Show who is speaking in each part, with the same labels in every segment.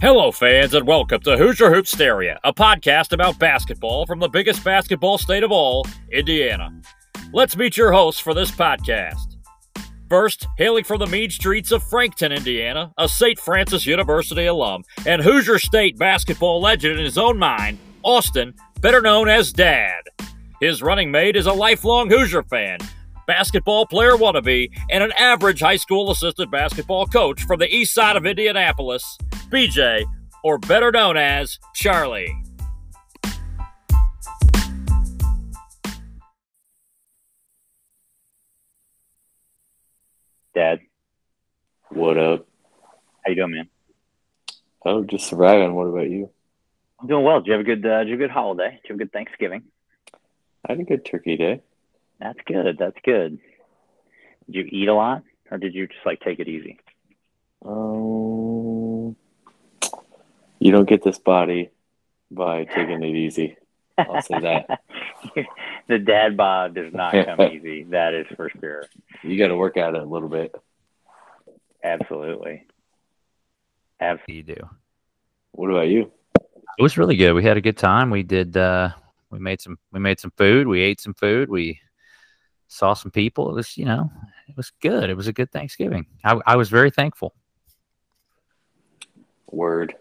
Speaker 1: Hello, fans, and welcome to Hoosier Hoopsteria, a podcast about basketball from the biggest basketball state of all, Indiana. Let's meet your hosts for this podcast. First, hailing from the mean streets of Frankton, Indiana, a St. Francis University alum and Hoosier State basketball legend in his own mind, Austin, better known as Dad. His running mate is a lifelong Hoosier fan, basketball player wannabe, and an average high school assistant basketball coach from the east side of Indianapolis, BJ, or better known as Charlie.
Speaker 2: Dad,
Speaker 3: What up?
Speaker 2: how you doing, man?
Speaker 3: Oh, just surviving. What about you?
Speaker 2: I'm doing well. Did you have a good? Uh, did you have a good holiday? Did you have a good Thanksgiving?
Speaker 3: I had a good turkey day.
Speaker 2: That's good. That's good. Did you eat a lot, or did you just like take it easy?
Speaker 3: Um, you don't get this body by taking it easy. I'll say that.
Speaker 2: the dad bod does not come easy. That is for sure.
Speaker 3: You got to work at it a little bit.
Speaker 2: Absolutely. Absolutely.
Speaker 4: you do.
Speaker 3: What about you?
Speaker 4: It was really good. We had a good time. We did. Uh, we made some. We made some food. We ate some food. We saw some people. It was, you know, it was good. It was a good Thanksgiving. I, I was very thankful.
Speaker 3: Word.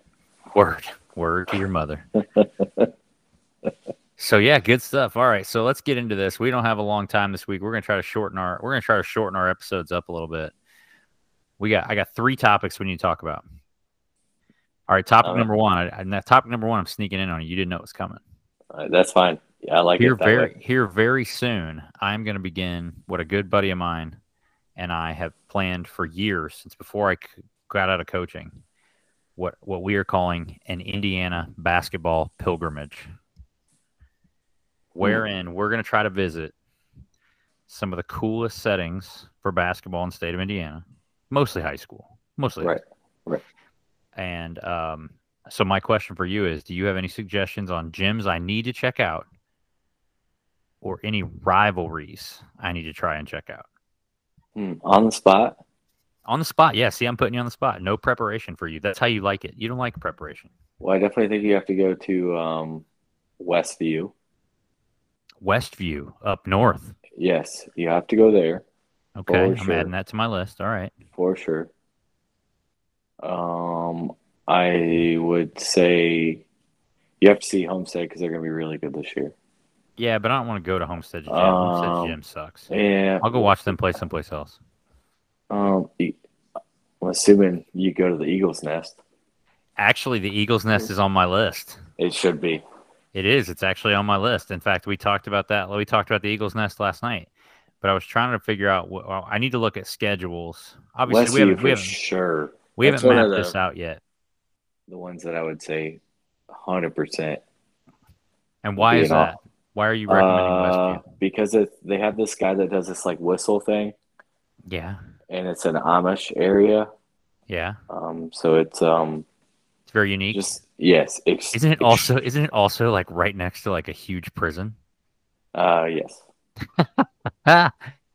Speaker 4: Word, word to your mother. so yeah, good stuff. All right, so let's get into this. We don't have a long time this week. We're gonna try to shorten our. We're gonna try to shorten our episodes up a little bit. We got. I got three topics we need to talk about. All right, topic
Speaker 3: All right.
Speaker 4: number one. I, I, that topic number one. I'm sneaking in on you. You didn't know it was coming.
Speaker 3: Uh, that's fine. Yeah, I like
Speaker 4: here
Speaker 3: it. That
Speaker 4: very
Speaker 3: way.
Speaker 4: here very soon i'm going to begin what a good buddy of mine and i have planned for years since before i c- got out of coaching what what we are calling an indiana basketball pilgrimage
Speaker 3: Hmm.
Speaker 4: wherein we're going to try to visit some of the coolest settings for basketball in the state of indiana mostly high school mostly high
Speaker 3: Right,
Speaker 4: school.
Speaker 3: right.
Speaker 4: and um, so my question for you is do you have any suggestions on gyms i need to check out or any rivalries I need to try and check out.
Speaker 3: Hmm, on the spot.
Speaker 4: On the spot, yeah. See, I'm putting you on the spot. No preparation for you. That's how you like it. You don't like preparation.
Speaker 3: Well, I definitely think you have to go to um, Westview.
Speaker 4: Westview up north.
Speaker 3: Yes, you have to go there
Speaker 4: Okay,
Speaker 3: Oh,
Speaker 4: I'm
Speaker 3: sure.
Speaker 4: adding that to my list. All right.
Speaker 3: for sure. Um, I would say you have to see Homestead because they're going to be really good this year.
Speaker 4: Yeah, but I don't want to go to Homestead Gym.
Speaker 3: Um,
Speaker 4: Homestead Gym sucks.
Speaker 3: Yeah.
Speaker 4: I'll go watch them play someplace else.
Speaker 3: Um, e- I'm assuming you go to the Eagles' nest.
Speaker 4: Actually, the Eagles Nest is on my list.
Speaker 3: It should be.
Speaker 4: It is. It's actually on my list. In fact, we talked about that. We talked about the Eagles Nest last night. But I was trying to figure out. What, well, I need to look at schedules. Obviously,
Speaker 3: Westview
Speaker 4: we haven't
Speaker 3: for
Speaker 4: we haven't,
Speaker 3: sure.
Speaker 4: we
Speaker 3: That's
Speaker 4: haven't
Speaker 3: one of
Speaker 4: mapped this
Speaker 3: the-
Speaker 4: out yet.
Speaker 3: The ones that I would say 100%.
Speaker 4: And why
Speaker 3: you
Speaker 4: is
Speaker 3: know.
Speaker 4: that? Why are you recommending
Speaker 3: Uh,
Speaker 4: Westview?
Speaker 3: because it, they have this guy that does this like whistle thing,
Speaker 4: Yeah,
Speaker 3: and it's an Amish area.
Speaker 4: yeah,
Speaker 3: Um, so it's um
Speaker 4: it's very unique.
Speaker 3: just yes. Ex-
Speaker 4: isn't it
Speaker 3: ex-
Speaker 4: also? Isn't it also like right next to like a huge prison?
Speaker 3: Uh, yes.
Speaker 4: Ah,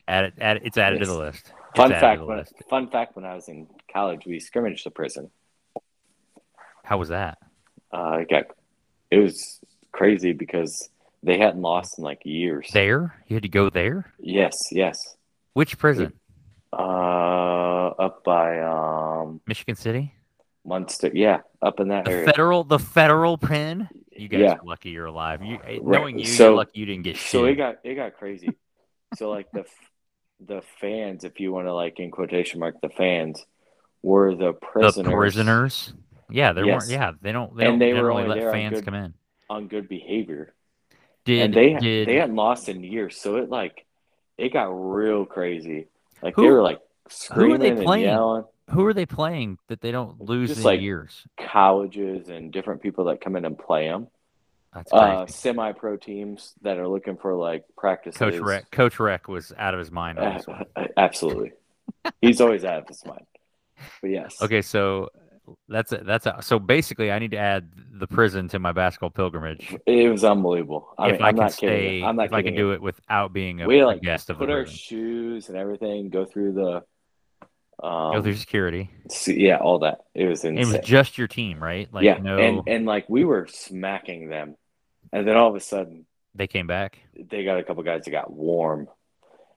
Speaker 4: add it, add it- it's added to the
Speaker 3: Yes.
Speaker 4: list. It's
Speaker 3: Fun
Speaker 4: added to
Speaker 3: fact.
Speaker 4: the
Speaker 3: When,
Speaker 4: list.
Speaker 3: fun fact. When I was in college, we skirmished the prison.
Speaker 4: How was that?
Speaker 3: Uh, it got it was crazy because they hadn't lost in like years.
Speaker 4: There, you had to go there.
Speaker 3: Yes, yes.
Speaker 4: Which prison?
Speaker 3: Uh, up by um
Speaker 4: Michigan City.
Speaker 3: Munster. Yeah, up in that
Speaker 4: The
Speaker 3: area.
Speaker 4: federal, the federal pen. You guys
Speaker 3: Yeah.
Speaker 4: are lucky you're alive. You, eh,
Speaker 3: Right.
Speaker 4: Knowing you,
Speaker 3: So-
Speaker 4: you're lucky you didn't get shit.
Speaker 3: So it got it got crazy. so like the f- the fans, if you want to like in quotation mark the fans, were the
Speaker 4: the
Speaker 3: prisoners,
Speaker 4: prisoners. Yeah, they
Speaker 3: Yes.
Speaker 4: weren't. Yeah, they don't. They
Speaker 3: And
Speaker 4: don't
Speaker 3: they were
Speaker 4: generally
Speaker 3: only
Speaker 4: let
Speaker 3: there on
Speaker 4: fans
Speaker 3: good-
Speaker 4: come in.
Speaker 3: on good behavior,
Speaker 4: Did
Speaker 3: and they
Speaker 4: did
Speaker 3: they hadn't lost in years. So it like it got real crazy. Like they
Speaker 4: Who-
Speaker 3: were like
Speaker 4: who are
Speaker 3: screaming
Speaker 4: they
Speaker 3: and
Speaker 4: playing?
Speaker 3: yelling.
Speaker 4: who are they playing that they don't lose
Speaker 3: Just
Speaker 4: in
Speaker 3: like-
Speaker 4: years?
Speaker 3: Colleges and different people that come in and play them.
Speaker 4: That's crazy.
Speaker 3: Uh, semi-pro teams that are looking for like practices.
Speaker 4: Coach Rec, Coach Rec was out of his mind on
Speaker 3: Uh,
Speaker 4: this one.
Speaker 3: absolutely. He's always out of his mind. But yes.
Speaker 4: Okay, so that's it. That's a, so basically, I need to add the prison to my basketball pilgrimage
Speaker 3: It was unbelievable. I
Speaker 4: if
Speaker 3: mean,
Speaker 4: I
Speaker 3: I'm
Speaker 4: can
Speaker 3: not
Speaker 4: stay,
Speaker 3: kidding. I'm not
Speaker 4: if I can do it without being a,
Speaker 3: We,
Speaker 4: a
Speaker 3: like,
Speaker 4: guest of the
Speaker 3: Put our
Speaker 4: prison.
Speaker 3: shoes and everything, go through the Um,
Speaker 4: go through Oh, security.
Speaker 3: s- yeah, all that. It was
Speaker 4: It
Speaker 3: insane.
Speaker 4: was just your team, right? Like
Speaker 3: yeah,
Speaker 4: no,
Speaker 3: and and like we were smacking them, and then all of a sudden
Speaker 4: they came back,
Speaker 3: they got a couple guys that got warm,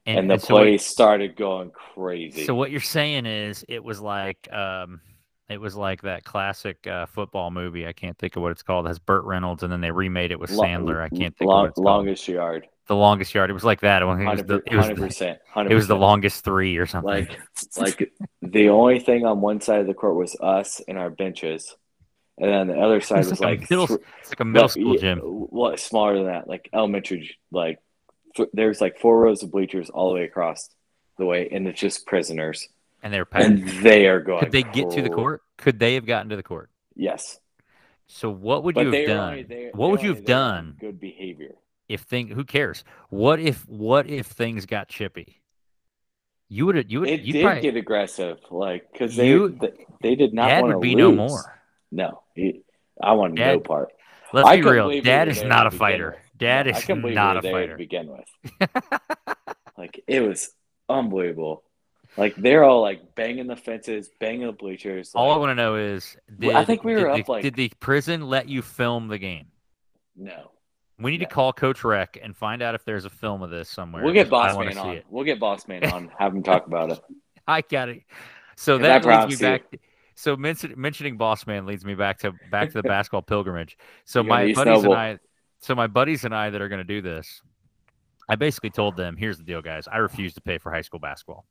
Speaker 3: and,
Speaker 4: and,
Speaker 3: the
Speaker 4: and so what-
Speaker 3: place started going crazy.
Speaker 4: So what you're saying is it was like um it was like that classic uh, football movie. I can't think of what it's called. It has Burt Reynolds and then they remade it with
Speaker 3: Lo-
Speaker 4: Sandler. I can't think
Speaker 3: long,
Speaker 4: of what it's called.
Speaker 3: longest yard.
Speaker 4: The longest yard. It was like that. It was, the, it, was
Speaker 3: Hundred
Speaker 4: the,
Speaker 3: percent. Hundred.
Speaker 4: it was the longest three or something.
Speaker 3: like like the only thing on one side of the court was us and our benches, and then the other side
Speaker 4: it's,
Speaker 3: was
Speaker 4: like
Speaker 3: like
Speaker 4: a middle,
Speaker 3: thr-
Speaker 4: it's like a middle
Speaker 3: well,
Speaker 4: school
Speaker 3: yeah,
Speaker 4: gym.
Speaker 3: Well, smaller than that, like elementary, like th- there's like four rows of bleachers all the way across the way, and it's just prisoners,
Speaker 4: And they were packed.
Speaker 3: and they are going.
Speaker 4: Could they get to the
Speaker 3: cra-
Speaker 4: court? Could they have gotten to the court?
Speaker 3: Yes,
Speaker 4: So what would
Speaker 3: but
Speaker 4: you
Speaker 3: they
Speaker 4: have
Speaker 3: were only
Speaker 4: done?
Speaker 3: there-
Speaker 4: What
Speaker 3: they
Speaker 4: would
Speaker 3: were
Speaker 4: you
Speaker 3: only
Speaker 4: have
Speaker 3: there on
Speaker 4: done
Speaker 3: Good behavior.
Speaker 4: if thing who cares? What if what if things got chippy? You would have you would
Speaker 3: It
Speaker 4: you
Speaker 3: did
Speaker 4: probably,
Speaker 3: get aggressive, like because they,
Speaker 4: You-
Speaker 3: they they did not
Speaker 4: dad
Speaker 3: want to
Speaker 4: would be
Speaker 3: lose.
Speaker 4: no more.
Speaker 3: No, he- I want no
Speaker 4: Dad-
Speaker 3: part.
Speaker 4: Let's
Speaker 3: I
Speaker 4: be
Speaker 3: couldn't
Speaker 4: real.
Speaker 3: believe we
Speaker 4: Dad
Speaker 3: were
Speaker 4: is
Speaker 3: there
Speaker 4: not
Speaker 3: to
Speaker 4: a
Speaker 3: begin
Speaker 4: fighter.
Speaker 3: with.
Speaker 4: Dad
Speaker 3: No, I
Speaker 4: is
Speaker 3: can't believe we
Speaker 4: not
Speaker 3: were
Speaker 4: a
Speaker 3: there
Speaker 4: fighter.
Speaker 3: to begin with. like it was unbelievable. Like they're all like banging the fences, banging the bleachers.
Speaker 4: All I
Speaker 3: like,
Speaker 4: want to know is, did,
Speaker 3: Well, I think we
Speaker 4: did
Speaker 3: were
Speaker 4: the,
Speaker 3: up, like-
Speaker 4: did the prison let you film the game?
Speaker 3: no.
Speaker 4: We need
Speaker 3: No.
Speaker 4: to call Coach Rec and find out if there's a film of this somewhere.
Speaker 3: We'll get
Speaker 4: because I
Speaker 3: Boss
Speaker 4: wanna
Speaker 3: Man
Speaker 4: see
Speaker 3: on.
Speaker 4: it.
Speaker 3: We'll get Boss Man on. Have him talk about it.
Speaker 4: I got it. So
Speaker 3: And I
Speaker 4: that leads me
Speaker 3: promise you-
Speaker 4: back. to- so mention, mentioning Boss Man leads me back to back to the basketball pilgrimage. So
Speaker 3: You're gonna
Speaker 4: my
Speaker 3: be
Speaker 4: buddies
Speaker 3: snowball.
Speaker 4: and I, so my buddies and I that are going to do this, I basically told them, "Here's the deal, guys. I refuse to pay for high school basketball.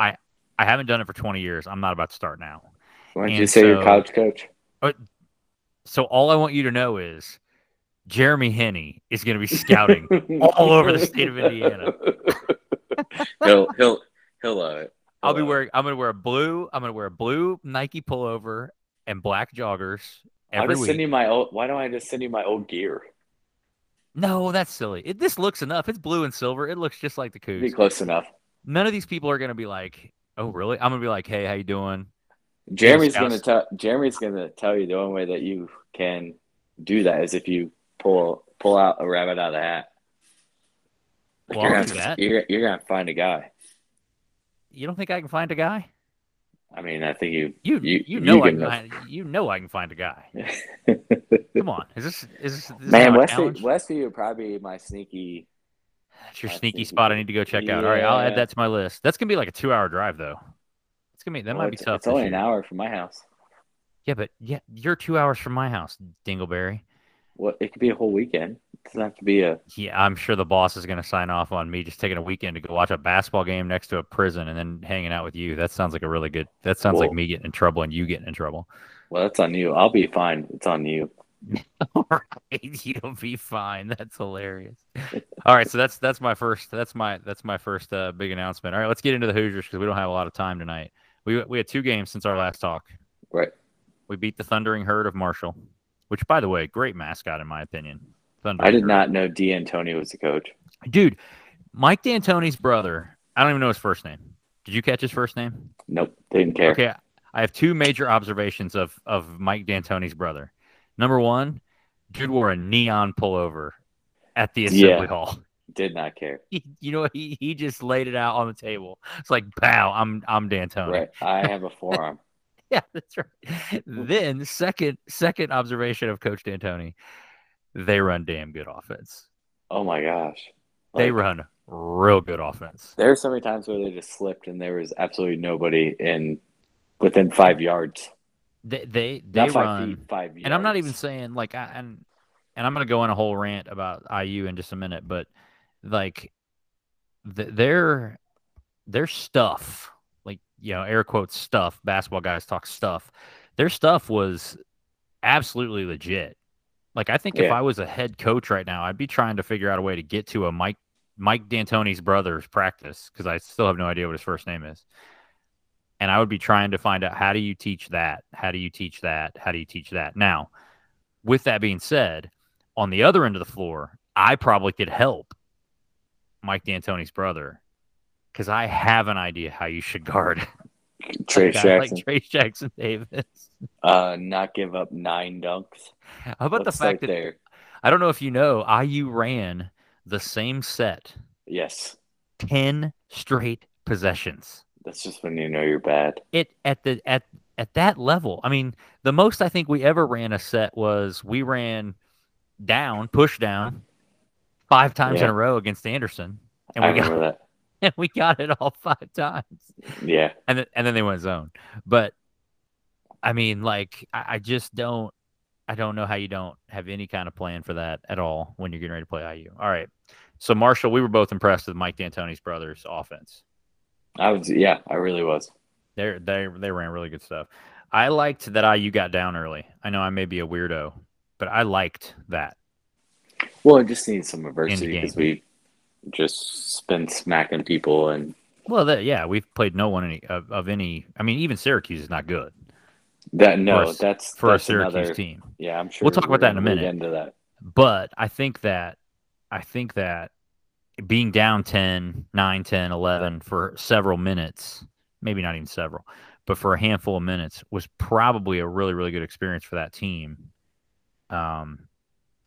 Speaker 4: I I haven't done it for 20 years. I'm not about to start now.
Speaker 3: Why don't you
Speaker 4: And
Speaker 3: say your
Speaker 4: so-
Speaker 3: college coach?
Speaker 4: So all I want you to know is Jeremy Henney is going to be scouting. all over the state of Indiana.
Speaker 3: he'll he'll he'll love it.
Speaker 4: I'll
Speaker 3: He'll love
Speaker 4: be
Speaker 3: it.
Speaker 4: wearing. I'm going to wear a blue. I'm going to wear a blue Nike pullover and black joggers
Speaker 3: I'll
Speaker 4: every
Speaker 3: just
Speaker 4: week.
Speaker 3: send you my old. Why don't I just send you my old gear?
Speaker 4: No, that's silly. It, this looks enough. It's blue and silver. It looks just like the
Speaker 3: Be
Speaker 4: Cougs.
Speaker 3: close enough.
Speaker 4: None of these people are gonna be like, "Oh, really?" I'm gonna be like, "Hey, how you doing?"
Speaker 3: Jeremy's
Speaker 4: Scouts.
Speaker 3: gonna tell Jeremy's gonna tell you the only way that you can do that is if you pull pull out a rabbit out of the hat. Like,
Speaker 4: Well,
Speaker 3: you're,
Speaker 4: I'll
Speaker 3: gonna,
Speaker 4: do that.
Speaker 3: you're you're gonna find a guy.
Speaker 4: You don't think I can find a guy?
Speaker 3: I mean, I think you
Speaker 4: You
Speaker 3: You-
Speaker 4: you,
Speaker 3: you
Speaker 4: know I
Speaker 3: give
Speaker 4: can
Speaker 3: them-
Speaker 4: find, you know I can find a guy. Come on, is this is this, this
Speaker 3: man
Speaker 4: now a
Speaker 3: Westview
Speaker 4: challenge?
Speaker 3: Westview would probably be my sneaky.
Speaker 4: That's your
Speaker 3: I
Speaker 4: sneaky
Speaker 3: think-
Speaker 4: spot. I need to go check out. All right, I'll
Speaker 3: Yeah.
Speaker 4: add that to my list. That's gonna be like a two-hour drive though. It's gonna be that
Speaker 3: well,
Speaker 4: might be
Speaker 3: it's,
Speaker 4: tough.
Speaker 3: It's
Speaker 4: this
Speaker 3: only
Speaker 4: year.
Speaker 3: an hour from my house.
Speaker 4: Yeah, but yeah, you're two hours from my house, Dingleberry.
Speaker 3: Well, it could be a whole weekend. It doesn't have to be a.
Speaker 4: Yeah, I'm sure the boss is going to sign off on me just taking a weekend to go watch a basketball game next to a prison and then hanging out with you. That sounds like a really good. That sounds like
Speaker 3: Cool.
Speaker 4: me getting in trouble and you getting in trouble.
Speaker 3: Well, that's on you. I'll be fine. It's on you.
Speaker 4: All right, you'll be fine. That's hilarious. All right, so that's that's my first. That's my that's my first uh, big announcement. All right, let's get into the Hoosiers because we don't have a lot of time tonight. We we had two games since our last talk.
Speaker 3: Right.
Speaker 4: We beat the Thundering Herd of Marshall, which, by the way, great mascot in my opinion. Thundering
Speaker 3: I did
Speaker 4: Herd.
Speaker 3: not know D'Antoni was the coach.
Speaker 4: Dude, Mike D'Antoni's brother, I don't even know his first name. Did you catch his first name?
Speaker 3: Nope, didn't care.
Speaker 4: Okay. I have two major observations of, of Mike D'Antoni's brother. Number one, dude wore a neon pullover at the assembly
Speaker 3: Yeah.
Speaker 4: hall.
Speaker 3: Did not care.
Speaker 4: He, you know, he, he just laid it out on the table. It's like, pow, I'm I'm D'Antoni.
Speaker 3: Right. I have a forearm.
Speaker 4: Yeah, that's right. then second second observation of Coach D'Antoni, they run damn good offense.
Speaker 3: Oh my gosh.
Speaker 4: They
Speaker 3: Like,
Speaker 4: run real good offense.
Speaker 3: There were so many times where they just slipped and there was absolutely nobody in within five yards.
Speaker 4: They they, they
Speaker 3: Not five
Speaker 4: run
Speaker 3: feet, five yards.
Speaker 4: and I'm not even saying like I and and I'm gonna go on a whole rant about IU in just a minute, but like th- their their stuff, like you know, air quotes stuff. Basketball guys talk stuff. Their stuff was absolutely legit. Like I think if
Speaker 3: Yeah.
Speaker 4: I was a head coach right now, I'd be trying to figure out a way to get to a Mike Mike D'Antoni's brother's practice because I still have no idea what his first name is. And I would be trying to find out how do you teach that? How do you teach that? How do you teach that? Now, with that being said, on the other end of the floor, I probably could help Mike D'Antoni's brother because I have an idea how you should guard
Speaker 3: Trace
Speaker 4: guys
Speaker 3: Jackson.
Speaker 4: like Trace Jackson Davis.
Speaker 3: uh, not give up nine dunks.
Speaker 4: How about the
Speaker 3: Let's
Speaker 4: fact
Speaker 3: start
Speaker 4: that
Speaker 3: there.
Speaker 4: I don't know if you know, IU ran the same set
Speaker 3: Yes.
Speaker 4: 10 straight possessions.
Speaker 3: That's just when you know you're bad.
Speaker 4: it at the at at that level. I mean, the most I think we ever ran a set was we ran down, push down, five times in
Speaker 3: Yeah.
Speaker 4: a row against Anderson, and
Speaker 3: I
Speaker 4: we got
Speaker 3: remember that.
Speaker 4: and we got it all five times,
Speaker 3: Yeah.
Speaker 4: and then, and then they went zone. But I mean, like I, I just don't. I don't know how you don't have any kind of plan for that at all when you're getting ready to play IU. All right. So Marshall, we were both impressed with Mike D'Antoni's brother's offense.
Speaker 3: I was yeah, I really was.
Speaker 4: They they they ran really good stuff. I liked that IU got down early. I know I may be a weirdo, but I liked that.
Speaker 3: Well, it just needs some adversity
Speaker 4: game.
Speaker 3: because we just been smacking people and
Speaker 4: Well, that, yeah, we've played no one any, of, of any. I mean, even Syracuse is not good
Speaker 3: that no,
Speaker 4: For a-
Speaker 3: that's
Speaker 4: for a
Speaker 3: that's
Speaker 4: Syracuse
Speaker 3: another-
Speaker 4: team.
Speaker 3: Yeah, I'm sure
Speaker 4: We'll talk
Speaker 3: we're
Speaker 4: about that in a
Speaker 3: gonna lead
Speaker 4: minute.
Speaker 3: Into that,
Speaker 4: But I think that I think that being down 10, 9, 10, 11 for several minutes, maybe not even several, but for a handful of minutes was probably a really really good experience for that team. Um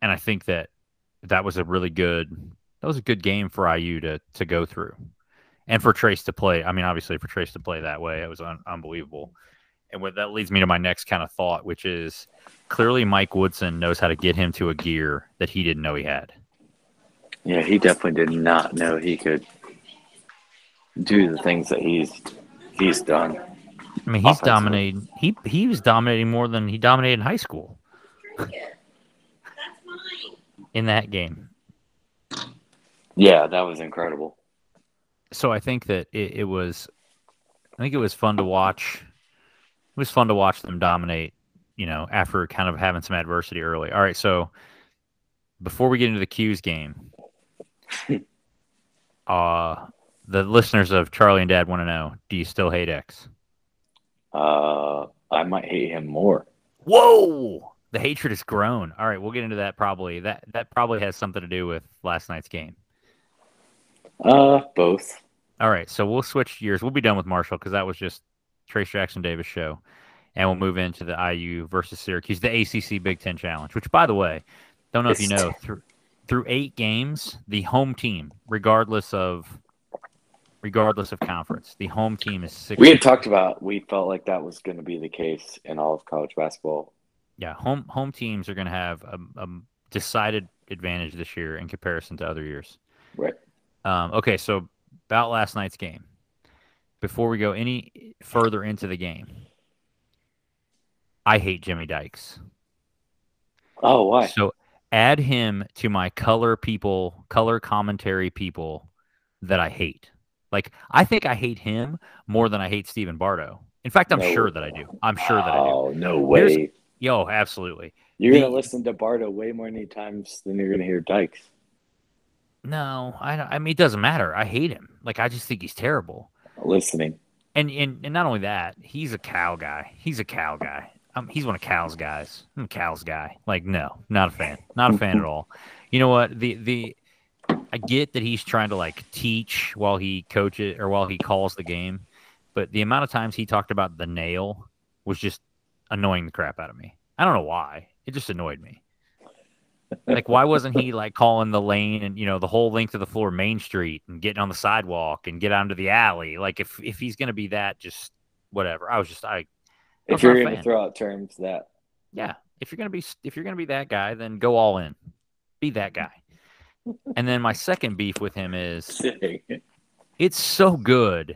Speaker 4: and I think that that was a really good that was a good game for IU to to go through. And for Trace to play, I mean obviously for Trace to play that way, it was un- unbelievable. And what that leads me to my next kind of thought, which is clearly Mike Woodson knows how to get him to a gear that he didn't know he had.
Speaker 3: yeah, he definitely did not know he could do the things that he's he's done.
Speaker 4: I mean, he's
Speaker 3: Offensively.
Speaker 4: dominating. He he was dominating more than he dominated in high school
Speaker 5: That's mine.
Speaker 4: in that game.
Speaker 3: Yeah, that was incredible.
Speaker 4: So I think that it, it was, I think it was fun to watch. It was fun to watch them dominate. You know, after kind of having some adversity early. All right, so before we get into the Q's game, uh the listeners of Charlie and Dad want to know: Do you still hate X?
Speaker 3: Uh, I might hate him more.
Speaker 4: Whoa! The hatred has grown. All right, we'll get into that probably. That that probably has something to do with last night's game.
Speaker 3: Uh, both.
Speaker 4: All right, so we'll switch gears. We'll be done with Marshall because that was just Trace Jackson Davis show, and we'll move into the IU versus Syracuse, the ACC Big Ten Challenge. Which, by the way, don't know if you
Speaker 3: It's-
Speaker 4: know through through eight games, the home team, regardless of regardless of conference, the home team is six.
Speaker 3: We had talked about we felt like that was going to be the case in all of college basketball.
Speaker 4: Yeah, home home teams are going to have a, a decided advantage this year in comparison to other years.
Speaker 3: Right.
Speaker 4: Um, okay, so about last night's game. Before we go any further into the game, I hate Jimmy Dykes.
Speaker 3: Oh, why?
Speaker 4: So add him to my color people, color commentary people that I hate. Like I think I hate him more than I hate Stephen Bardo. In fact, I'm
Speaker 3: No.
Speaker 4: sure that I do. I'm sure that I do.
Speaker 3: Oh no
Speaker 4: Here's-
Speaker 3: way!
Speaker 4: Yo, absolutely.
Speaker 3: You're
Speaker 4: the-
Speaker 3: going to listen to Bardo way more many times than you're going to hear Dykes.
Speaker 4: No, I don't. I mean, it doesn't matter. I hate him. Like, I just think he's terrible.
Speaker 3: Listening.
Speaker 4: And and, and not only that, he's a cow guy. He's a cow guy. Um, he's one of Cal's guys. I'm a Cal's guy. Like, no, not a fan. Not a fan at all. You know what? The the I get that he's trying to like teach while he coaches or while he calls the game, but the amount of times he talked about the nail was just annoying the crap out of me. I don't know why. It just annoyed me. Like, why wasn't he like calling the lane and you know the whole length of the floor Main Street and getting on the sidewalk and get onto the alley? Like, if if he's gonna be that, just whatever. I was just
Speaker 3: If
Speaker 4: I I'm not
Speaker 3: you're
Speaker 4: a
Speaker 3: going to
Speaker 4: fan.
Speaker 3: throw out terms that
Speaker 4: yeah if you're gonna be if you're gonna be that guy then go all in be that guy and then my second beef with him is it's so good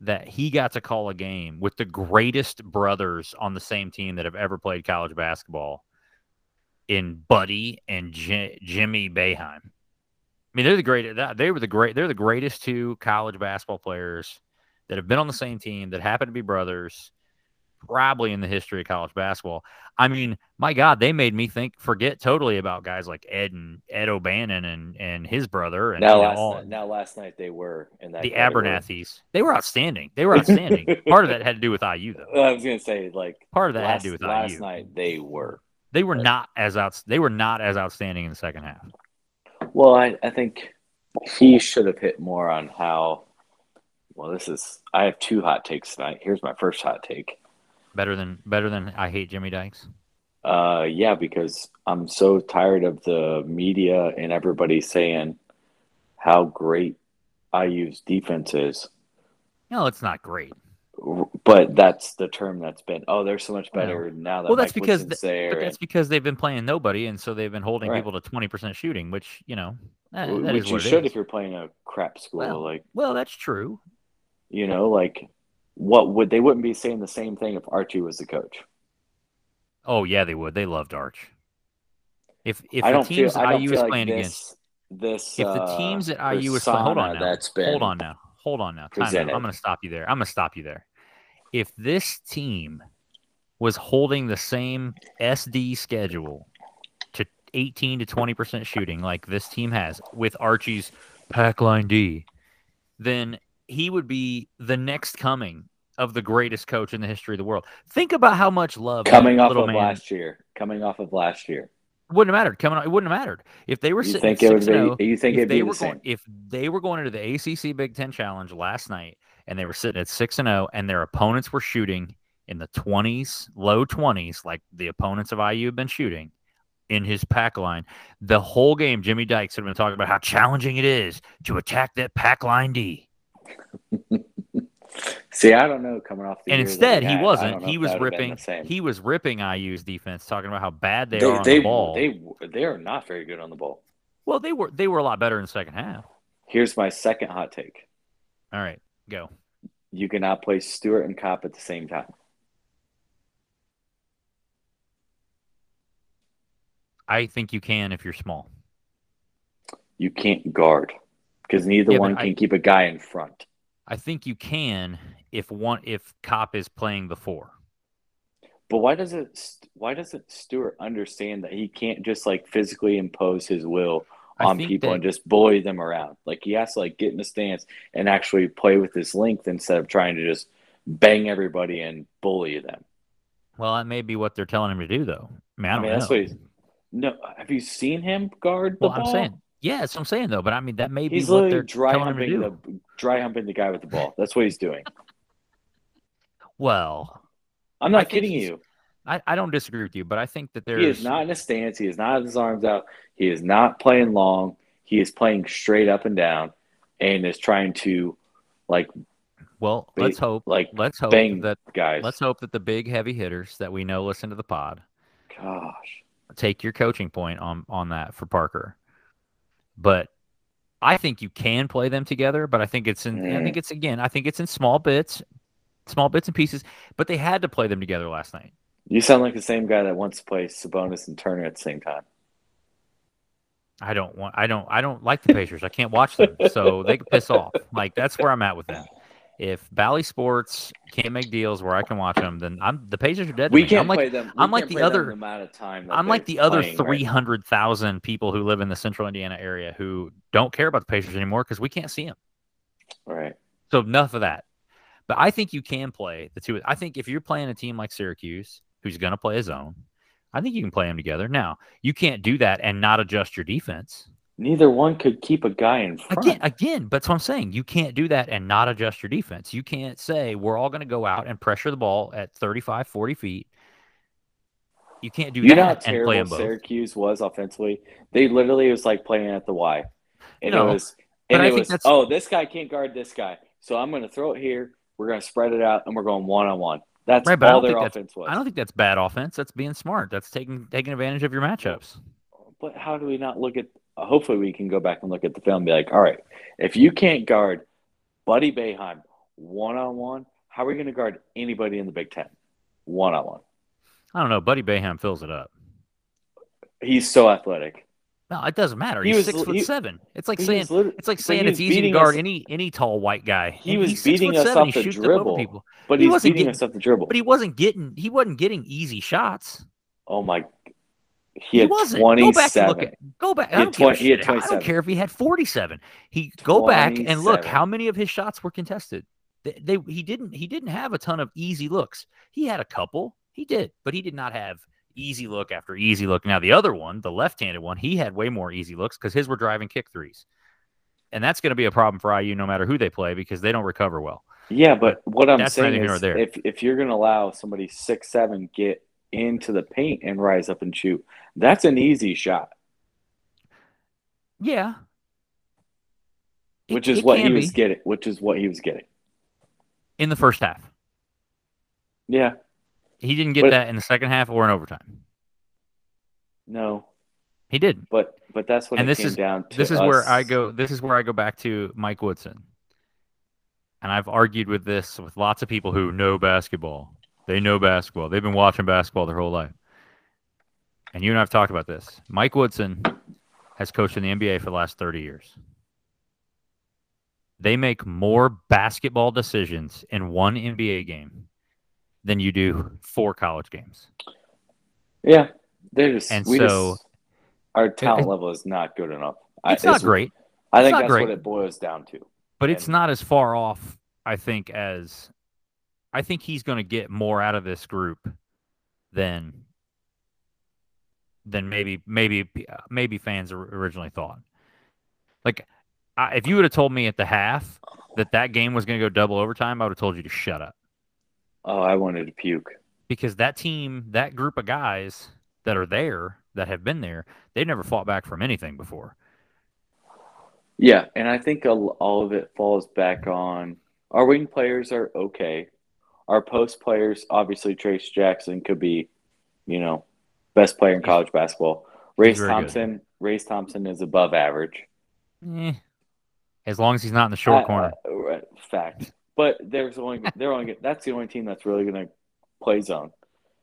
Speaker 4: that he got to call a game with the greatest brothers on the same team that have ever played college basketball in buddy and J- jimmy Boeheim. i mean they're the greatest they were the great they're the greatest two college basketball players that have been on the same team that happen to be brothers probably in the history of college basketball I mean, my God, they made me think forget totally about guys like Ed and Ed O'Bannon and and his brother and
Speaker 3: now
Speaker 4: you know,
Speaker 3: last
Speaker 4: all-
Speaker 3: night, now last night they were in that
Speaker 4: the
Speaker 3: category.
Speaker 4: Abernathy's. They were outstanding. They were outstanding. Part of that had to do with IU though.
Speaker 3: I was going to say like
Speaker 4: Part of that had
Speaker 3: last,
Speaker 4: to do with
Speaker 3: last
Speaker 4: IU.
Speaker 3: night they were.
Speaker 4: They were not as out. They were not as outstanding in the second half.
Speaker 3: Well, I, I think he should have hit more on how. Well, this is. I have two hot takes tonight. Here's my first hot take.
Speaker 4: Better than better than I hate Jimmy Dykes.
Speaker 3: Uh, yeah, because I'm so tired of the media and everybody saying how great IU's defense is
Speaker 4: No, it's not great.
Speaker 3: But that's the term that's been. Oh, they're so much better now that
Speaker 4: Well, that's
Speaker 3: Mike
Speaker 4: because
Speaker 3: Woodson's
Speaker 4: But
Speaker 3: there.
Speaker 4: that's because they've been playing nobody, and so they've been holding
Speaker 3: Right.
Speaker 4: people to twenty percent shooting, which you know, eh,
Speaker 3: and-
Speaker 4: that
Speaker 3: which
Speaker 4: is
Speaker 3: you
Speaker 4: what it
Speaker 3: should
Speaker 4: is.
Speaker 3: if you're playing a crap school.
Speaker 4: Well.
Speaker 3: Like
Speaker 4: Well, that's true.
Speaker 3: you know, like what would they wouldn't be saying the same thing if Archie was the coach.
Speaker 4: Oh yeah, they would. They loved Arch. If if
Speaker 3: I
Speaker 4: the
Speaker 3: don't
Speaker 4: teams
Speaker 3: feel. I don't
Speaker 4: IU
Speaker 3: feel
Speaker 4: is
Speaker 3: like
Speaker 4: playing
Speaker 3: this,
Speaker 4: against,
Speaker 3: this.
Speaker 4: if the
Speaker 3: uh,
Speaker 4: teams at IU is hold on
Speaker 3: persona
Speaker 4: now,
Speaker 3: that's been-
Speaker 4: hold on now, hold on now. Time out.
Speaker 3: presented.
Speaker 4: I'm going to stop you there. I'm going to stop you there. If this team was holding the same SD schedule to 18 to 20 percent shooting like this team has with Archie's pack line D, then he would be the next coming of the greatest coach in the history of the world. Think about how much love that
Speaker 3: coming off
Speaker 4: little
Speaker 3: of
Speaker 4: man-
Speaker 3: last year. Coming off of last year.
Speaker 4: wouldn't have mattered. Coming, on- it wouldn't have mattered if they were
Speaker 3: You
Speaker 4: sitting
Speaker 3: think
Speaker 4: at oh,
Speaker 3: it would
Speaker 4: 6-0,
Speaker 3: be? You think
Speaker 4: if
Speaker 3: it'd
Speaker 4: they
Speaker 3: be
Speaker 4: were
Speaker 3: the
Speaker 4: going
Speaker 3: same?
Speaker 4: if they were going into the ACC Big 10 challenge last night and they were sitting at 6 and 0 and their opponents were shooting in the 20s, low 20s like the opponents of IU have been shooting in his pack line, the whole game Jimmy Dykes had been talking about how challenging it is to attack that pack line D.
Speaker 3: See, I don't know. Coming off the
Speaker 4: and
Speaker 3: year that
Speaker 4: instead
Speaker 3: we
Speaker 4: he
Speaker 3: had, I don't
Speaker 4: wasn't.
Speaker 3: know
Speaker 4: He
Speaker 3: if
Speaker 4: was
Speaker 3: that would've been
Speaker 4: ripping
Speaker 3: the same.
Speaker 4: he was ripping IU's defense talking about how bad they,
Speaker 3: they,
Speaker 4: are on
Speaker 3: they,
Speaker 4: the ball.
Speaker 3: They they are not very good on the ball.
Speaker 4: well, they were they were a lot better in the second half.
Speaker 3: Here's my second hot take:
Speaker 4: All right, go.
Speaker 3: you cannot play Stewart and Cop at the same time.
Speaker 4: I think you can if you're small.
Speaker 3: You can't guard because neither
Speaker 4: Yeah, but
Speaker 3: one
Speaker 4: I-
Speaker 3: can keep a guy in front.
Speaker 4: I think you can if one if Cop is playing the four.
Speaker 3: But why doesn't St- why doesn't Stewart understand that he can't just like physically impose his will
Speaker 4: I
Speaker 3: on
Speaker 4: think
Speaker 3: people
Speaker 4: that-
Speaker 3: and just bully them around? Like he has to like get in a stance and actually play with his length instead of trying to just bang everybody and bully them.
Speaker 4: well, that may be what they're telling him to do though. I mean, I
Speaker 3: I,
Speaker 4: don't
Speaker 3: mean,
Speaker 4: know.
Speaker 3: that's what he's. No, have you seen him guard the
Speaker 4: well,
Speaker 3: ball?
Speaker 4: I'm saying yeah, that's what I'm saying though. But I mean, that may be
Speaker 3: He's
Speaker 4: what
Speaker 3: literally
Speaker 4: they're
Speaker 3: dry
Speaker 4: telling him to
Speaker 3: humping
Speaker 4: do.
Speaker 3: the dry humping the guy with the ball. That's what he's doing.
Speaker 4: Well,
Speaker 3: I'm
Speaker 4: I
Speaker 3: not
Speaker 4: think
Speaker 3: kidding
Speaker 4: he's-
Speaker 3: you.
Speaker 4: I, I don't disagree with you, but I think that there's
Speaker 3: He is not in a stance. He is not with his arms out. He is not playing long. He is playing straight up and down, and is trying to like
Speaker 4: well.
Speaker 3: ba-
Speaker 4: let's hope.
Speaker 3: like
Speaker 4: Let's hope
Speaker 3: bang
Speaker 4: that
Speaker 3: guys.
Speaker 4: let's hope that the big heavy hitters that we know listen to the pod
Speaker 3: Gosh,
Speaker 4: take your coaching point on on that for Parker. But I think you can play them together, but I think it's in I
Speaker 3: Mm.
Speaker 4: think it's again, I think it's in small bits, small bits and pieces, but they had to play them together last night.
Speaker 3: you sound like the same guy that wants to play Sabonis and Turner at the same time.
Speaker 4: I don't want I don't I don't like the Pacers. I can't watch them. So they can piss off. Like that's where I'm at with them. If Bally Sports can't make deals where I can watch them, then I'm the Pacers are dead. to
Speaker 3: We
Speaker 4: me.
Speaker 3: can't
Speaker 4: I'm like
Speaker 3: play them.
Speaker 4: I'm like the other-
Speaker 3: amount of time.
Speaker 4: I'm like the other 300,000 people who live in the central Indiana area who don't care about the Pacers anymore cuz we can't see them.
Speaker 3: right.
Speaker 4: So enough of that. But I think you can play the two. I think if you're playing a team like Syracuse, who's going to play a zone, I think you can play them together. Now you can't do that and not adjust your defense.
Speaker 3: Neither one could keep a guy in front.
Speaker 4: Again, again, but that's what I'm saying. You can't do that and not adjust your defense. You can't say we're all going to go out and pressure the ball at 35, 40 feet. You can't do
Speaker 3: you know how
Speaker 4: that and
Speaker 3: terrible
Speaker 4: play them both.
Speaker 3: Syracuse was offensively. They literally it was like playing at the Y, and
Speaker 4: No,
Speaker 3: it was
Speaker 4: but
Speaker 3: and
Speaker 4: I
Speaker 3: it
Speaker 4: think
Speaker 3: was
Speaker 4: that's-
Speaker 3: oh this guy can't guard this guy, so I'm going to throw it here. We're going to spread it out, and we're going one on one. That's
Speaker 4: Right, but I
Speaker 3: all
Speaker 4: don't
Speaker 3: their
Speaker 4: think that's-
Speaker 3: offense was.
Speaker 4: I don't think that's bad offense. That's being smart. That's taking taking advantage of your matchups.
Speaker 3: but how do we not look at? Hopefully, we can go back and look at the film and be like, all right, if you can't guard Buddy Bayheim one on one, how are we going to guard anybody in the Big Ten one on one?
Speaker 4: I don't know. Buddy Bayham fills it up.
Speaker 3: He's so athletic.
Speaker 4: No, it doesn't matter.
Speaker 3: He
Speaker 4: He's
Speaker 3: was-
Speaker 4: six foot
Speaker 3: he-
Speaker 4: seven. It's like
Speaker 3: He
Speaker 4: saying
Speaker 3: was lit-
Speaker 4: It's like
Speaker 3: But
Speaker 4: saying
Speaker 3: he
Speaker 4: it's
Speaker 3: was
Speaker 4: easy to
Speaker 3: beating
Speaker 4: guard
Speaker 3: us-
Speaker 4: any any tall white guy.
Speaker 3: He
Speaker 4: And
Speaker 3: was
Speaker 4: he's six
Speaker 3: beating
Speaker 4: foot
Speaker 3: us
Speaker 4: seven.
Speaker 3: off
Speaker 4: He
Speaker 3: the
Speaker 4: shoots up over
Speaker 3: dribble.
Speaker 4: people.
Speaker 3: but
Speaker 4: he
Speaker 3: he's
Speaker 4: wasn't
Speaker 3: beating
Speaker 4: getting-
Speaker 3: us up the dribble.
Speaker 4: But he wasn't getting he wasn't getting easy shots.
Speaker 3: Oh my! He
Speaker 4: He,
Speaker 3: had
Speaker 4: wasn't. Go back and look
Speaker 3: twenty-seven.
Speaker 4: at go back.
Speaker 3: He
Speaker 4: I
Speaker 3: had
Speaker 4: don't, care
Speaker 3: twen- he had
Speaker 4: shit. I don't
Speaker 3: 27.
Speaker 4: care if he had forty seven. He go back and look
Speaker 3: 27.
Speaker 4: how many of his shots were contested. They, they he didn't he didn't have a ton of easy looks. He had a couple. He did, but he did not have easy look after easy look. Now the other one, the left handed one, he had way more easy looks because his were driving kick threes. And that's going to be a problem for IU no matter who they play because they don't recover well.
Speaker 3: Yeah, but what I'm
Speaker 4: That's
Speaker 3: saying
Speaker 4: neither here nor
Speaker 3: is,
Speaker 4: there.
Speaker 3: if if you're going to allow somebody six seven get into the paint and rise up and shoot, that's an easy shot,
Speaker 4: Yeah. It-
Speaker 3: which is
Speaker 4: it
Speaker 3: what
Speaker 4: can
Speaker 3: he was
Speaker 4: be.
Speaker 3: getting. Which is what he was getting.
Speaker 4: in the first half.
Speaker 3: Yeah.
Speaker 4: He didn't get
Speaker 3: But-
Speaker 4: that in the second half or in overtime.
Speaker 3: No.
Speaker 4: He did.
Speaker 3: But but that's when it
Speaker 4: And this
Speaker 3: came
Speaker 4: is-
Speaker 3: down to
Speaker 4: this is where I
Speaker 3: us.
Speaker 4: go this is where I go back to Mike Woodson. And I've argued with this with lots of people who know basketball. They know basketball. They've been watching basketball their whole life. And you and I've talked about this. Mike Woodson has coached in the NBA for the last 30 years. They make more basketball decisions in one NBA game than you do four college games.
Speaker 3: Yeah. They're just
Speaker 4: And
Speaker 3: we
Speaker 4: so-
Speaker 3: just- our talent
Speaker 4: it-
Speaker 3: level is not good enough.
Speaker 4: It's
Speaker 3: I,
Speaker 4: not great.
Speaker 3: I
Speaker 4: It's
Speaker 3: think
Speaker 4: not
Speaker 3: that's
Speaker 4: great.
Speaker 3: what it boils down to.
Speaker 4: but it's
Speaker 3: And-
Speaker 4: not as far off i think as i think he's going to get more out of this group than than maybe maybe uh, maybe fans or- originally thought like I, if you would have told me at the half that that game was going to go double overtime i would have told you to shut up
Speaker 3: Oh, I wanted to puke.
Speaker 4: because that team that group of guys that are there that have been there they've never fought back from anything before
Speaker 3: Yeah, and I think all all of it falls back on our wing players are okay. Our post players, obviously, Trace Jackson could be, you know, best player in college basketball. Race
Speaker 4: very good.
Speaker 3: Thompson, Race Thompson is above average.
Speaker 4: Eh, as long as he's not in the short
Speaker 3: I- uh,
Speaker 4: corner
Speaker 3: I- right, fact, but there's only they're only that's the only team that's really going to play zone.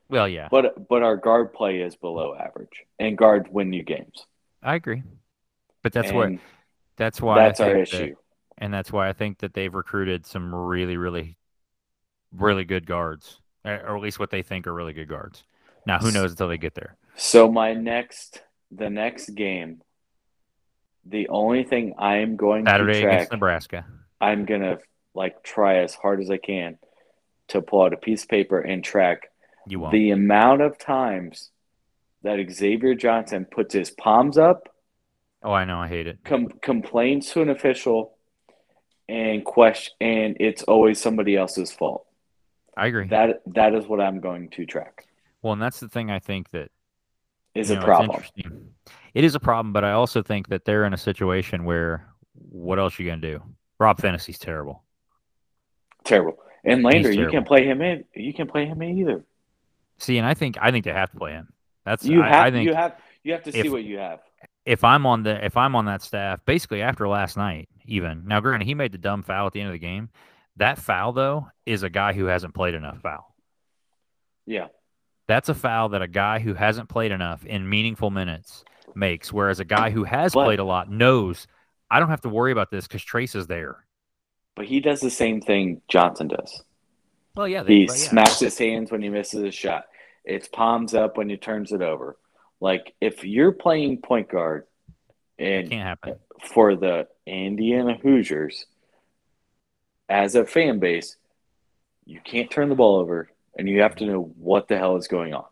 Speaker 4: well yeah
Speaker 3: But but our guard play is below average, and guards win you games.
Speaker 4: i agree but that's what
Speaker 3: And
Speaker 4: That's why I
Speaker 3: that's our
Speaker 4: think that-
Speaker 3: issue.
Speaker 4: and that's why I think that they've recruited some really, really, really good guards, uh, or at least what they think are really good guards. Now, who knows until they get there?
Speaker 3: So my next, the next game, the only thing I am going
Speaker 4: Saturday
Speaker 3: to track,
Speaker 4: against Nebraska.
Speaker 3: I'm gonna like try as hard as I can to pull out a piece of paper and track
Speaker 4: You won't.
Speaker 3: the amount of times that Xavier Johnson puts his palms up,
Speaker 4: oh, I know. I hate it.
Speaker 3: com- complains to an official, and question, and it's always somebody else's fault.
Speaker 4: I agree.
Speaker 3: That that is what I'm going to track.
Speaker 4: well, and that's the thing I think that
Speaker 3: Is a
Speaker 4: you know, it's
Speaker 3: problem.
Speaker 4: interesting. It is a problem, but I also think that they're in a situation where what else you going to do? Rob Fantasy's terrible.
Speaker 3: Terrible. And Lander, you
Speaker 4: terrible.
Speaker 3: can't play him in. You can't play him in either.
Speaker 4: See, and I think I think they have to play him. That's
Speaker 3: You
Speaker 4: I,
Speaker 3: have
Speaker 4: I think
Speaker 3: you have you have to see
Speaker 4: if-
Speaker 3: what you have.
Speaker 4: if I'm on the if I'm on that staff, basically after last night, even now, granted, he made the dumb foul at the end of the game. That foul though is a guy who hasn't played enough foul.
Speaker 3: Yeah.
Speaker 4: That's a foul that a guy who hasn't played enough in meaningful minutes makes, whereas a guy who has
Speaker 3: But-
Speaker 4: played a lot knows I don't have to worry about this because Trace is there.
Speaker 3: But he does the same thing Johnson does.
Speaker 4: Well, yeah, they,
Speaker 3: He
Speaker 4: but yeah.
Speaker 3: smacks his hands when he misses a shot. It's palms up when he turns it over. Like if you're playing point guard
Speaker 4: it
Speaker 3: and
Speaker 4: can't happen.
Speaker 3: for the Indiana Hoosiers as a fan base, you can't turn the ball over and you have to know what the hell is going on.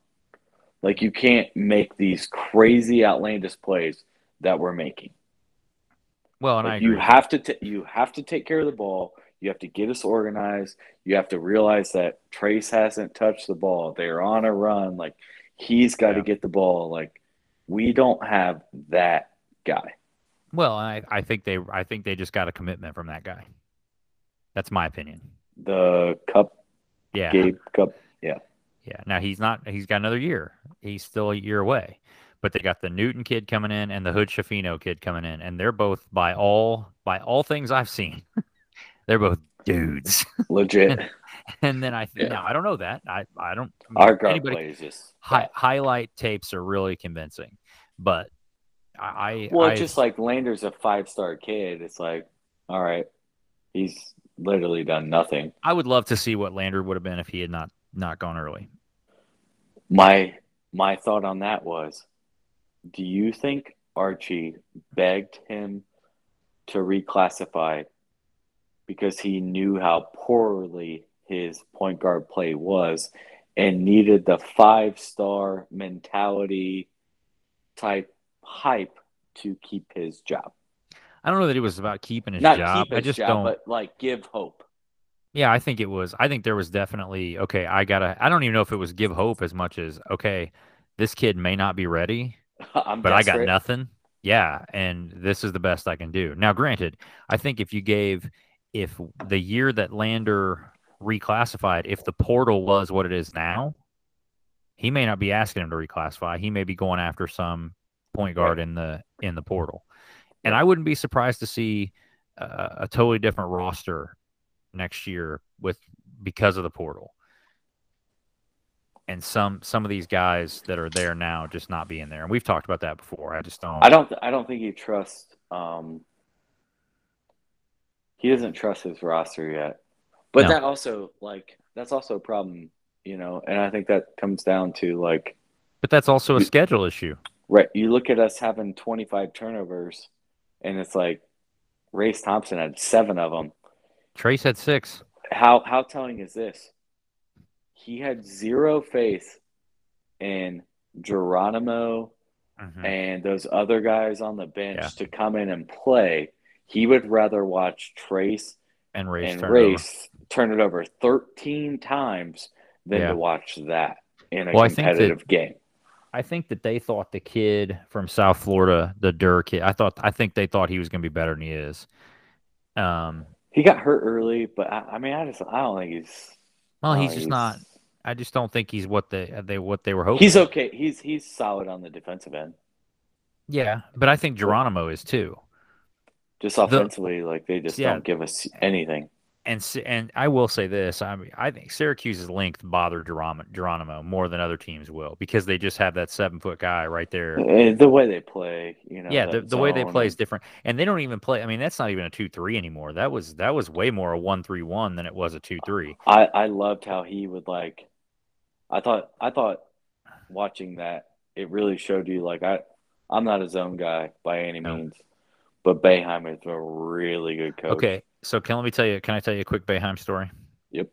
Speaker 3: Like you can't make these crazy outlandish plays that we're making.
Speaker 4: Well, and I
Speaker 3: Like,
Speaker 4: agree.
Speaker 3: you have to t- you have to take care of the ball. You have to get us organized. You have to realize that Trace hasn't touched the ball. They're on a run. Like he's got to
Speaker 4: Yeah.
Speaker 3: get the ball. Like we don't have that guy.
Speaker 4: well, I, I think they I think they just got a commitment from that guy. That's my opinion.
Speaker 3: The cup,
Speaker 4: Yeah.
Speaker 3: Gabe Cup.
Speaker 4: Yeah. Now he's not. He's got another year. He's still a year away. But they got the Newton kid coming in and the Hood Shafino kid coming in, and they're both by all by all things I've seen, they're both dudes.
Speaker 3: Legit.
Speaker 4: and then I
Speaker 3: Yeah.
Speaker 4: think now I don't know that I I don't I mean,
Speaker 3: Our guard
Speaker 4: anybody-
Speaker 3: play is just
Speaker 4: hi, highlight tapes are really convincing, but I I-
Speaker 3: well,
Speaker 4: I,
Speaker 3: it's just like Lander's a five star kid. It's like, all right, he's literally done nothing.
Speaker 4: I would love to see what Lander would have been if he had not not gone early.
Speaker 3: My my thought on that was, do you think Archie begged him to reclassify because he knew how poorly his point guard play was and needed the five star mentality type hype to keep his job?
Speaker 4: I don't know that it was about keeping his
Speaker 3: Not
Speaker 4: job.
Speaker 3: keep his
Speaker 4: I just
Speaker 3: job,
Speaker 4: don't.
Speaker 3: but like give hope.
Speaker 4: Yeah, I think it was. I think there was definitely, okay, I gotta, I don't even know if it was give hope as much as, okay, this kid may not be ready,
Speaker 3: I'm
Speaker 4: but I got
Speaker 3: desperate.
Speaker 4: nothing. Yeah. And this is the best I can do. Now, granted, I think if you gave, if the year that Lander reclassified, if the portal was what it is now, he may not be asking him to reclassify. He may be going after some point guard in the in the portal, and I wouldn't be surprised to see uh, a totally different roster next year with because of the portal, and some some of these guys that are there now just not being there. And we've talked about that before. I just don't.
Speaker 3: I don't. I don't think he trusts. Um, he doesn't trust his roster yet, but
Speaker 4: No.
Speaker 3: that also like that's also a problem, you know. And I think that comes down to like
Speaker 4: But that's also a
Speaker 3: You-
Speaker 4: schedule issue.
Speaker 3: right. You look at us having twenty five turnovers, and it's like Race Thompson had seven of them.
Speaker 4: Trace had six.
Speaker 3: How how telling is this? He had zero faith in Geronimo and those other guys on the bench
Speaker 4: Mm-hmm.
Speaker 3: to
Speaker 4: Yeah.
Speaker 3: come in and play. He would rather watch Trace
Speaker 4: and race
Speaker 3: and
Speaker 4: turnover.
Speaker 3: Race turn it over 13 times than
Speaker 4: Yeah.
Speaker 3: to watch that in a
Speaker 4: Well, I think that-
Speaker 3: competitive game.
Speaker 4: I think that they thought the kid from South Florida, the Durr kid, I thought I think they thought he was going to be better than he is. Um,
Speaker 3: He got hurt early, but I, I mean, I just I don't think he's.
Speaker 4: well,
Speaker 3: I don't
Speaker 4: he's
Speaker 3: think
Speaker 4: just not. I just don't think he's what they they what they were hoping.
Speaker 3: He's okay. He's he's solid on the defensive end.
Speaker 4: yeah, but I think Geronimo is too.
Speaker 3: Just
Speaker 4: The-
Speaker 3: offensively, like they just
Speaker 4: Yeah.
Speaker 3: don't give us anything.
Speaker 4: And s- and I will say this: I mean, I think Syracuse's length bothered Geronimo, Geronimo more than other teams will because they just have that seven foot guy right there.
Speaker 3: Eh, The way they play, you know.
Speaker 4: yeah, the,
Speaker 3: that
Speaker 4: the way they
Speaker 3: zone.
Speaker 4: play is different, and they don't even play. I mean, that's not even a two three anymore. That was that was way more a one three one than it was a two three.
Speaker 3: I I loved how he would like. I thought I thought watching that it really showed you like I I'm not a zone guy by any
Speaker 4: No.
Speaker 3: means, but Beheim is a really good coach.
Speaker 4: Okay, so can let me tell you? Can I tell you a quick Bayheim story?
Speaker 3: Yep.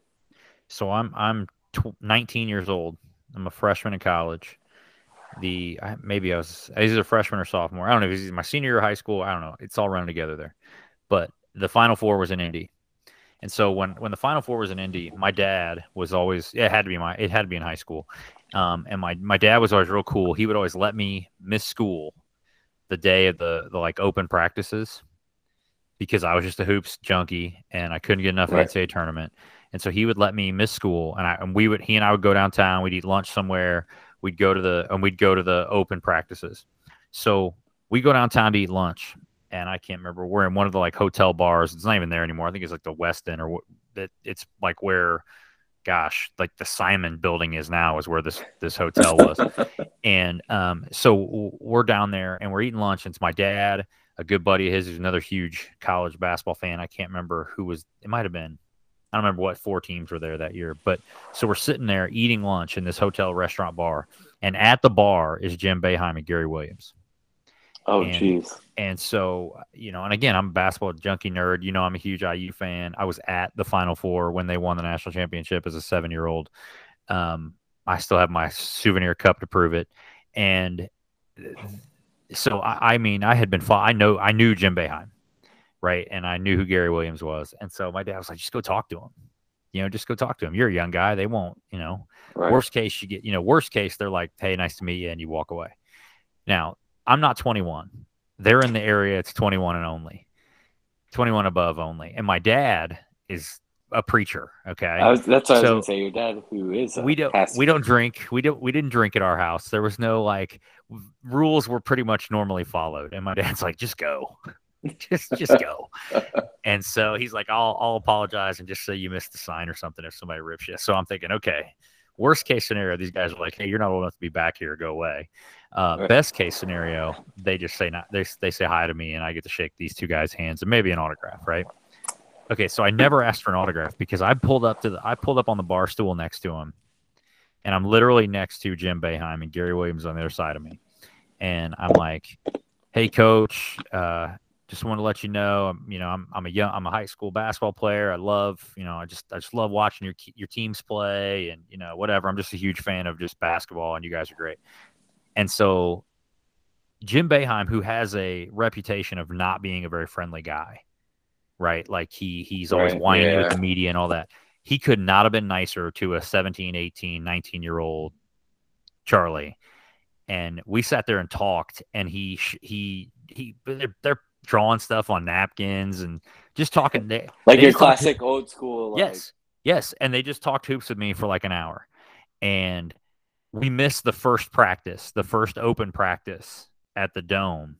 Speaker 4: So I'm I'm tw- 19 years old. I'm a freshman in college. The I, maybe I was I was either a freshman or sophomore. I don't know. It was either my senior year of high school. I don't know. It's all running together there. But the Final Four was in Indy, and so when when the Final Four was in Indy, my dad was always it had to be my it had to be in high school, um, and my my dad was always real cool. He would always let me miss school the day of the the like open practices because I was just a hoops junkie and I couldn't get enough
Speaker 3: Right.
Speaker 4: of the NCAA tournament. And so he would let me miss school and I and we would he and I would go downtown, we'd eat lunch somewhere, we'd go to the and we'd go to the open practices. So we go downtown to eat lunch and I can't remember we're in one of the like hotel bars. It's not even there anymore. I think it's like the West End or what that it's like where gosh, like the Simon building is now is where this this hotel was. and um so w- we're down there and we're eating lunch and it's my dad a good buddy of his who's another huge college basketball fan. I can't remember who was it might have been I don't remember what four teams were there that year, but so we're sitting there eating lunch in this hotel restaurant bar, and at the bar is Jim Beheim and Gary Williams.
Speaker 3: Oh
Speaker 4: And-
Speaker 3: jeez.
Speaker 4: And so, you know, and again, I'm a basketball junkie nerd. You know, I'm a huge IU fan. I was at the Final Four when they won the national championship as a seven year old. Um, I still have my souvenir cup to prove it. And so, I, I mean, I had been, fo- I know, I knew Jim Beheim, right? And I knew who Gary Williams was. And so my dad was like, just go talk to him. You know, just go talk to him. You're a young guy. They won't, you know,
Speaker 3: Right.
Speaker 4: Worst case, you get, you know, worst case, they're like, hey, nice to meet you, and you walk away. Now, I'm not 21. They're in the area, it's 21 and only, 21 above only. And my dad is a preacher. Okay.
Speaker 3: I was, that's what I
Speaker 4: So-
Speaker 3: was gonna say. Your dad, who is a
Speaker 4: we don't
Speaker 3: past-
Speaker 4: we don't drink we don't we didn't drink at our house there was no like w- rules were pretty much normally followed and my dad's like just go just just go and so he's like i'll i'll apologize and just say you missed the sign or something if somebody rips you so i'm thinking okay worst case scenario these guys are like hey you're not old enough to be back here go away uh,
Speaker 3: Right.
Speaker 4: best case scenario they just say not they, they say hi to me and i get to shake these two guys hands and maybe an autograph right okay so i never asked for an autograph because i pulled up to the i pulled up on the bar stool next to him and I'm literally next to Jim Beheim and Gary Williams on the other side of me. And I'm like, "Hey, coach, uh, just want to let you know, I'm, you know, I'm, I'm a young, I'm a high school basketball player. I love, you know, I just, I just love watching your your teams play, and you know, whatever. I'm just a huge fan of just basketball, and you guys are great. And so, Jim Beheim, who has a reputation of not being a very friendly guy, right? Like he, he's always
Speaker 3: Right,
Speaker 4: whining
Speaker 3: yeah.
Speaker 4: with the media and all that. He could not have been nicer to a 17, 18, 19 year old Charlie and we sat there and talked and he sh- he he they're, they're drawing stuff on napkins and just talking they,
Speaker 3: like
Speaker 4: they
Speaker 3: your
Speaker 4: just don't-
Speaker 3: classic old school. Like,
Speaker 4: yes Yes, and they just talked hoops with me for like an hour, and we missed the first practice, the first open practice at the dome,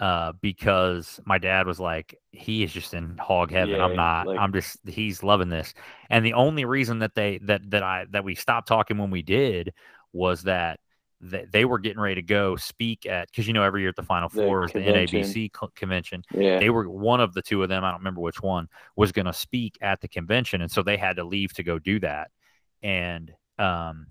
Speaker 4: uh, because my dad was like, he is just in hog heaven.
Speaker 3: Yeah,
Speaker 4: I'm not.
Speaker 3: like-
Speaker 4: I'm just. He's loving this, and the only reason that they that that I that we stopped talking when we did was that. th- They were getting ready to go speak at because you know every year at the Final
Speaker 3: The
Speaker 4: Four is the
Speaker 3: convention.
Speaker 4: NABC co- convention,
Speaker 3: Yeah.
Speaker 4: they were one of the two of them i don't remember which one was going to speak at the convention and so they had to leave to go do that and um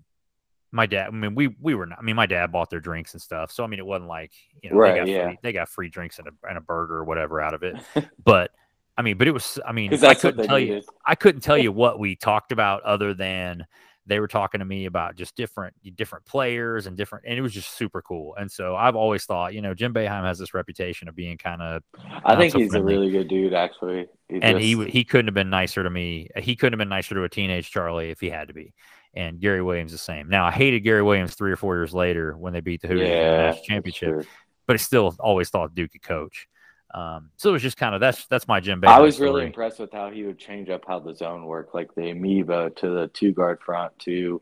Speaker 4: my dad i mean we we were not i mean my dad bought their drinks and stuff so i mean it wasn't like you know
Speaker 3: Right,
Speaker 4: they, got
Speaker 3: yeah.
Speaker 4: free, they got free drinks and a, and a burger or whatever out of it but i mean but it was i mean
Speaker 3: Because
Speaker 4: i
Speaker 3: that's what
Speaker 4: couldn't
Speaker 3: they
Speaker 4: tell you
Speaker 3: needed.
Speaker 4: I couldn't tell you what we talked about other than they were talking to me about just different different players and different and it was just super cool. And so I've always thought, you know, Jim Beheim has this reputation of being kind of
Speaker 3: I
Speaker 4: Not
Speaker 3: think
Speaker 4: so
Speaker 3: he's
Speaker 4: friendly.
Speaker 3: a really good dude, actually. He
Speaker 4: and he
Speaker 3: just-
Speaker 4: w- he couldn't have been nicer to me. He couldn't have been nicer to a teenage Charlie if he had to be. And Gary Williams the same. Now I hated Gary Williams three or four years later when they beat the Hoosiers in the
Speaker 3: yeah,
Speaker 4: national uh, championship,
Speaker 3: that's true.
Speaker 4: but I still always thought Duke could coach. Um, so it was just kind of that's that's my Jim Beheim.
Speaker 3: I was really
Speaker 4: story.
Speaker 3: impressed with how he would change up how the zone worked, like the amoeba to the two guard front to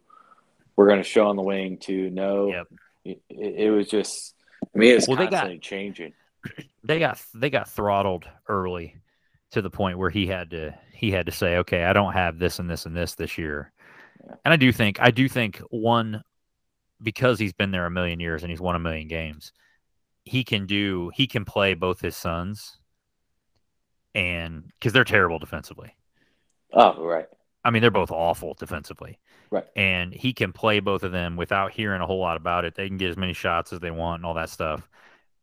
Speaker 3: we're going to show on the wing to no.
Speaker 4: Yep.
Speaker 3: It, it- it was just, I mean, it was
Speaker 4: Well, they got-
Speaker 3: constantly changing.
Speaker 4: they got they got throttled early to the point where he had to he had to say okay i don't have this and this and this this year and i do think i do think one because he's been there a million years and he's won a million games he can do he can play both his sons and because they're terrible defensively
Speaker 3: Oh, right.
Speaker 4: I mean, they're both awful defensively.
Speaker 3: Right.
Speaker 4: And he can play both of them without hearing a whole lot about it. They can get as many shots as they want and all that stuff.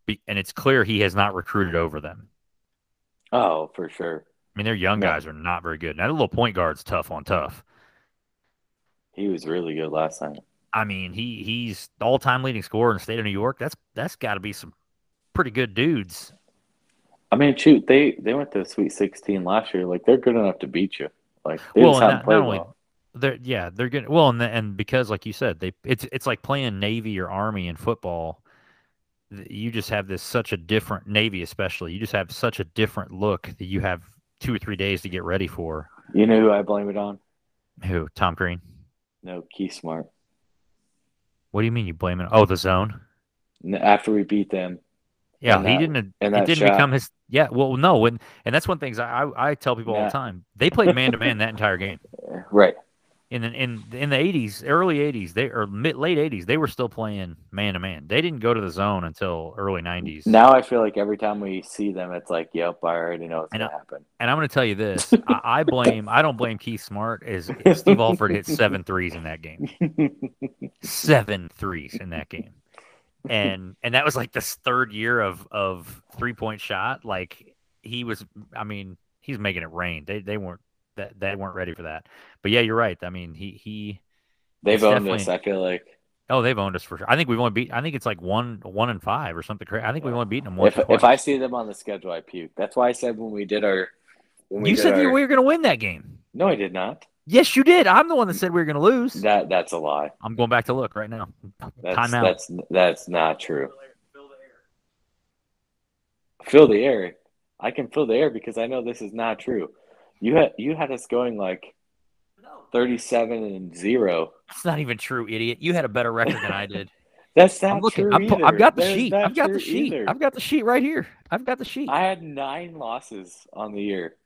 Speaker 4: Be- and it's clear he has not recruited over them.
Speaker 3: Oh, for sure.
Speaker 4: I mean, their young
Speaker 3: No.
Speaker 4: guys are not very good. Now, the little point guard's tough on tough.
Speaker 3: He was really good last night.
Speaker 4: I mean, he he's the all-time leading scorer in the state of New York. That's that's got to be some pretty good dudes.
Speaker 3: I mean, shoot, they they went to the Sweet 16 last year. Like they're good enough to beat you. Like they
Speaker 4: Well,
Speaker 3: just
Speaker 4: and
Speaker 3: haven't
Speaker 4: not- not
Speaker 3: played
Speaker 4: only-
Speaker 3: well.
Speaker 4: They're yeah, they're good. Well, and the, and because like you said, they it's it's like playing Navy or Army in football. Th- You just have this such a different Navy, especially. You just have such a different look that you have two or three days to get ready for.
Speaker 3: You know who I blame it on?
Speaker 4: Who? Tom Green?
Speaker 3: No, Key Smart.
Speaker 4: What do you mean you blame it? Oh, the zone.
Speaker 3: N- After we beat them,
Speaker 4: Yeah,
Speaker 3: And
Speaker 4: he
Speaker 3: that-
Speaker 4: didn't.
Speaker 3: and
Speaker 4: it
Speaker 3: that
Speaker 4: didn't
Speaker 3: shot.
Speaker 4: become his. Yeah, well, no, and and that's one things I I, I tell people all
Speaker 3: Yeah.
Speaker 4: the time. They played man to man that entire game.
Speaker 3: right?
Speaker 4: in the, in in the eighties, early eighties, they or mid late eighties, they were still playing man to man. They didn't go to the zone until early nineties.
Speaker 3: Now I feel like every time we see them, it's like, yep, I already know what's
Speaker 4: I
Speaker 3: gonna happen.
Speaker 4: And I'm going to tell you this: I, I blame I don't blame Keith Smart as Steve Alford hit seven threes in that game, seven threes in that game, and and that was like this third year of of three point shot. Like he was, I mean, he's making it rain. They they weren't that they weren't ready for that. But yeah, you're right. I mean, he he.
Speaker 3: They've
Speaker 4: It's
Speaker 3: owned us.
Speaker 4: definitely-
Speaker 3: I feel like
Speaker 4: Oh, they've owned us for sure. I think we've only beat. I think it's like one, one and five or something crazy. I think we've only beaten them once.
Speaker 3: if,
Speaker 4: or
Speaker 3: if
Speaker 4: twice.
Speaker 3: I see them on the schedule, I puke. That's why I said when we did our, when we
Speaker 4: you
Speaker 3: did
Speaker 4: said you
Speaker 3: our-
Speaker 4: we were going to win that game.
Speaker 3: no, I did not.
Speaker 4: Yes, you did. I'm the one that said we were going to lose.
Speaker 3: That that's a lie.
Speaker 4: I'm going back to look right now.
Speaker 3: That's
Speaker 4: Timeout.
Speaker 3: that's that's not true. Fill the air. I can fill the air because I know this is not true. You had you had us going like thirty-seven and zero.
Speaker 4: That's not even true, idiot. You had a better record than I did.
Speaker 3: That's not
Speaker 4: I'm looking.
Speaker 3: true
Speaker 4: I'm, pu-
Speaker 3: either.
Speaker 4: I've got the
Speaker 3: That is
Speaker 4: sheet.
Speaker 3: not
Speaker 4: I've got
Speaker 3: true
Speaker 4: the sheet.
Speaker 3: either.
Speaker 4: I've got the sheet right here. I've got the sheet.
Speaker 3: I had nine losses on the year.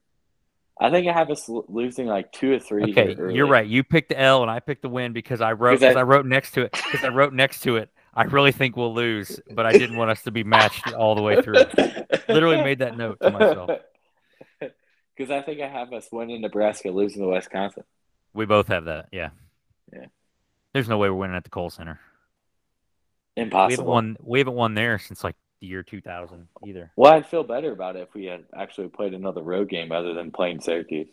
Speaker 3: I think I have us lo- losing like two or three.
Speaker 4: okay,
Speaker 3: here early.
Speaker 4: you're right. You picked the L and I picked the win because I wrote
Speaker 3: 'Cause I-
Speaker 4: because I, wrote next to it because I wrote next to it. I really think we'll lose, but I didn't want us to be matched all the way through. Literally made that note to myself.
Speaker 3: Because I think I have us winning Nebraska, losing to Wisconsin.
Speaker 4: We both have that. Yeah.
Speaker 3: Yeah.
Speaker 4: There's no way we're winning at the Cole Center. We haven't
Speaker 3: Impossible.
Speaker 4: won. We haven't won there since like the year 2000 either.
Speaker 3: Well, I'd feel better about it if we had actually played another road game other than playing Syracuse.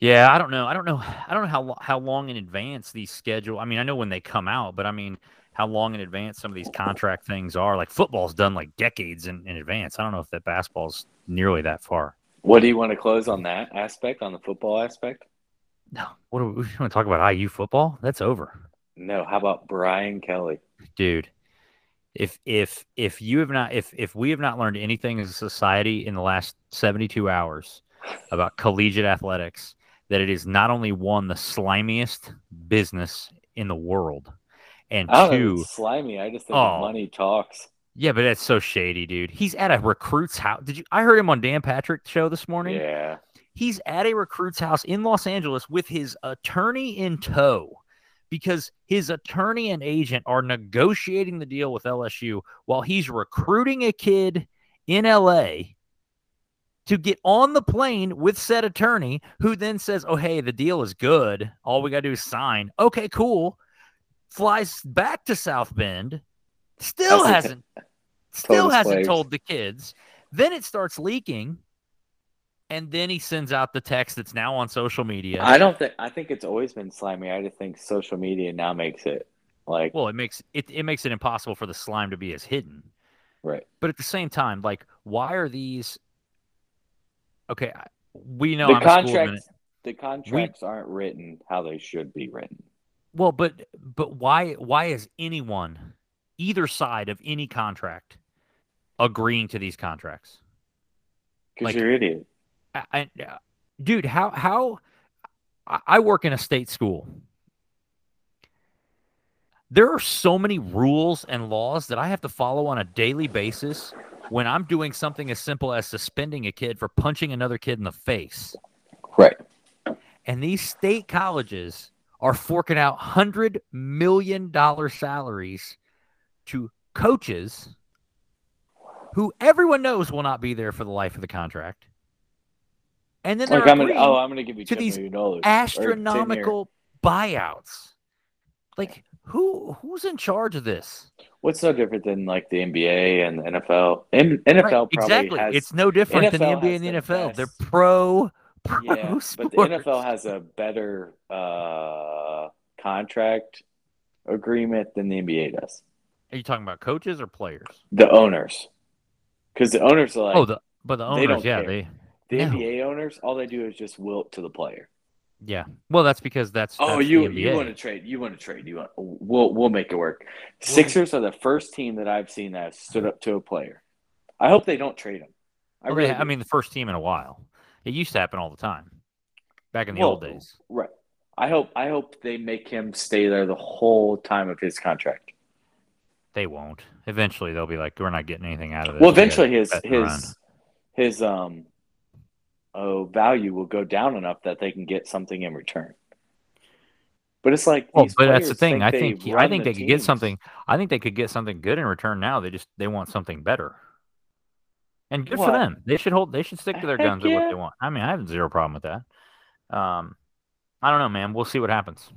Speaker 4: Yeah, I don't know. I don't know. I don't know how lo- how long in advance these schedule. I mean, I know when they come out, but I mean, how long in advance some of these contract things are. Like football's done like decades in, in advance. I don't know if that basketball's nearly that far.
Speaker 3: What do you want to close on that aspect, on the football aspect?
Speaker 4: No. What do we, we want to talk about? IU football? That's over.
Speaker 3: No. How about Brian Kelly?
Speaker 4: dude if if if you have not if if we have not learned anything as a society in the last 72 hours about collegiate athletics that it is not only one the slimiest business in the world, and
Speaker 3: I don't know,
Speaker 4: two,
Speaker 3: it's slimy. I just think
Speaker 4: Oh.
Speaker 3: money talks.
Speaker 4: yeah, but that's so shady, dude. He's at a recruit's house. Did you? I heard him on Dan Patrick show this morning.
Speaker 3: Yeah.
Speaker 4: he's at a recruit's house in Los Angeles with his attorney in tow because his attorney and agent are negotiating the deal with LSU while he's recruiting a kid in LA to get on the plane with said attorney who then says, "Oh hey, the deal is good. All we got to do is sign." Okay, cool. Flies back to South Bend. Still
Speaker 3: Hasn't-
Speaker 4: hasn't still
Speaker 3: his
Speaker 4: hasn't
Speaker 3: slaves.
Speaker 4: told the kids. Then it starts leaking, and then he sends out the text that's now on social media.
Speaker 3: I don't think I think it's always been slimy. I just think social media now makes it like
Speaker 4: well, it makes it it makes it impossible for the slime to be as hidden.
Speaker 3: right.
Speaker 4: But at the same time, like, why are these? Okay, I- we know
Speaker 3: the
Speaker 4: I'm a school admin-
Speaker 3: contracts the contracts aren't written how they should be written.
Speaker 4: Well, but but why why is anyone either side of any contract agreeing to these contracts?
Speaker 3: Because
Speaker 4: Like-
Speaker 3: you're an idiot.
Speaker 4: I, I, uh, dude, how how I, I work in a state school. There are so many rules and laws that I have to follow on a daily basis when I'm doing something as simple as suspending a kid for punching another kid in the face.
Speaker 3: Right.
Speaker 4: And these state colleges are forking out hundred million dollar salaries to coaches who everyone knows will not be there for the life of the contract. And then
Speaker 3: Like
Speaker 4: they're
Speaker 3: I'm gonna
Speaker 4: agreeing
Speaker 3: oh I'm gonna give you
Speaker 4: to
Speaker 3: ten
Speaker 4: these
Speaker 3: million dollars. or 10 years.
Speaker 4: astronomical buyouts. Like who who's in charge of this?
Speaker 3: What's no different than like the NBA and the NFL? M- NFL
Speaker 4: Right,
Speaker 3: probably
Speaker 4: exactly.
Speaker 3: has
Speaker 4: it's no different than the
Speaker 3: NFL
Speaker 4: NBA
Speaker 3: has
Speaker 4: and the
Speaker 3: the
Speaker 4: NFL.
Speaker 3: best-
Speaker 4: They're pro pro
Speaker 3: yeah, but
Speaker 4: sports.
Speaker 3: the NFL has a better uh, contract agreement than the NBA does.
Speaker 4: Are you talking about coaches or players?
Speaker 3: The owners, because the owners are like
Speaker 4: oh, the but the
Speaker 3: they
Speaker 4: owners,
Speaker 3: don't
Speaker 4: yeah,
Speaker 3: care.
Speaker 4: they
Speaker 3: the
Speaker 4: no.
Speaker 3: NBA owners. All they do is just wilt to the player.
Speaker 4: yeah. Well, that's because that's
Speaker 3: Oh,
Speaker 4: that's
Speaker 3: you
Speaker 4: the
Speaker 3: you
Speaker 4: NBA.
Speaker 3: want to trade? You want to trade? You want? We'll we'll make it work. Sixers are the first team that I've seen that have stood up to a player. I hope they don't trade him. I
Speaker 4: Well, they-
Speaker 3: really.
Speaker 4: I
Speaker 3: do.
Speaker 4: mean, the first team in a while. It used to happen all the time, back in the old
Speaker 3: Well,
Speaker 4: days.
Speaker 3: Right. I hope I hope they make him stay there the whole time of his contract.
Speaker 4: They won't. Eventually, they'll be like, "We're not getting anything out of this."
Speaker 3: Well,
Speaker 4: We gotta
Speaker 3: eventually his
Speaker 4: cut and run."
Speaker 3: his his um oh value will go down enough that they can get something in return. But it's like
Speaker 4: Well,
Speaker 3: these
Speaker 4: but that's the
Speaker 3: players
Speaker 4: thing. I
Speaker 3: they
Speaker 4: think I
Speaker 3: run
Speaker 4: think
Speaker 3: the
Speaker 4: they could get
Speaker 3: teams.
Speaker 4: something. I think they could get something good in return. Now they just they want something better, and good for
Speaker 3: Well,
Speaker 4: them. They should hold. They should stick to their
Speaker 3: heck
Speaker 4: guns with what
Speaker 3: yeah.
Speaker 4: they want. I mean, I have zero problem with that. Um, I don't know, man. We'll see what happens.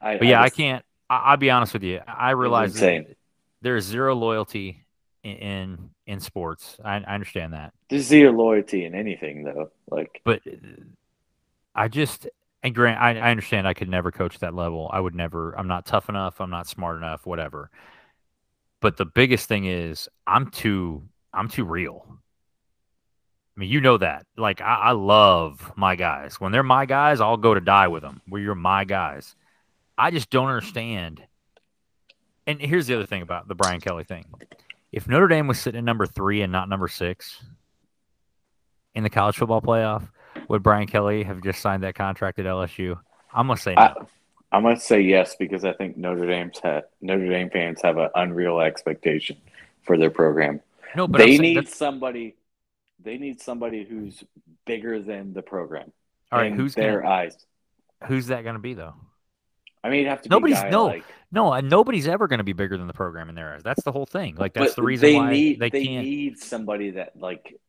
Speaker 3: I,
Speaker 4: But yeah, I
Speaker 3: just-
Speaker 4: can't. I, I'll be honest with you. I I realize that
Speaker 3: insane.
Speaker 4: there's zero loyalty in in, in sports. I, I understand that,
Speaker 3: There's zero loyalty in anything though. Like
Speaker 4: but uh, I just and Grant, I, I understand. I could never coach that level. I would never. I'm not tough enough. I'm not smart enough. Whatever. But the biggest thing is I'm too. I'm too real. I mean, you know that. Like I, I love my guys. When they're my guys, I'll go to die with them. Where you're my guys. I just don't understand. And here's the other thing about the Brian Kelly thing. If Notre Dame was sitting at number three and not number six in the college football playoff, would Brian Kelly have just signed that contract at LSU? I'm gonna say no.
Speaker 3: I, I'm gonna say yes because I think Notre Dame's ha Notre Dame fans have an unreal expectation for their program.
Speaker 4: no, but I'm
Speaker 3: they
Speaker 4: saying
Speaker 3: need
Speaker 4: that's-
Speaker 3: somebody. They need somebody who's bigger than the program.
Speaker 4: all right.
Speaker 3: in
Speaker 4: Who's
Speaker 3: their
Speaker 4: gonna,
Speaker 3: eyes?
Speaker 4: who's that gonna be though?
Speaker 3: I mean, it'd have to
Speaker 4: Nobody's-
Speaker 3: be a guy
Speaker 4: no,
Speaker 3: like,
Speaker 4: No, and nobody's ever gonna be bigger than the program in their eyes. That's the whole thing. Like that's
Speaker 3: but
Speaker 4: the reason
Speaker 3: they
Speaker 4: why
Speaker 3: need
Speaker 4: they,
Speaker 3: they
Speaker 4: can't.
Speaker 3: need somebody that like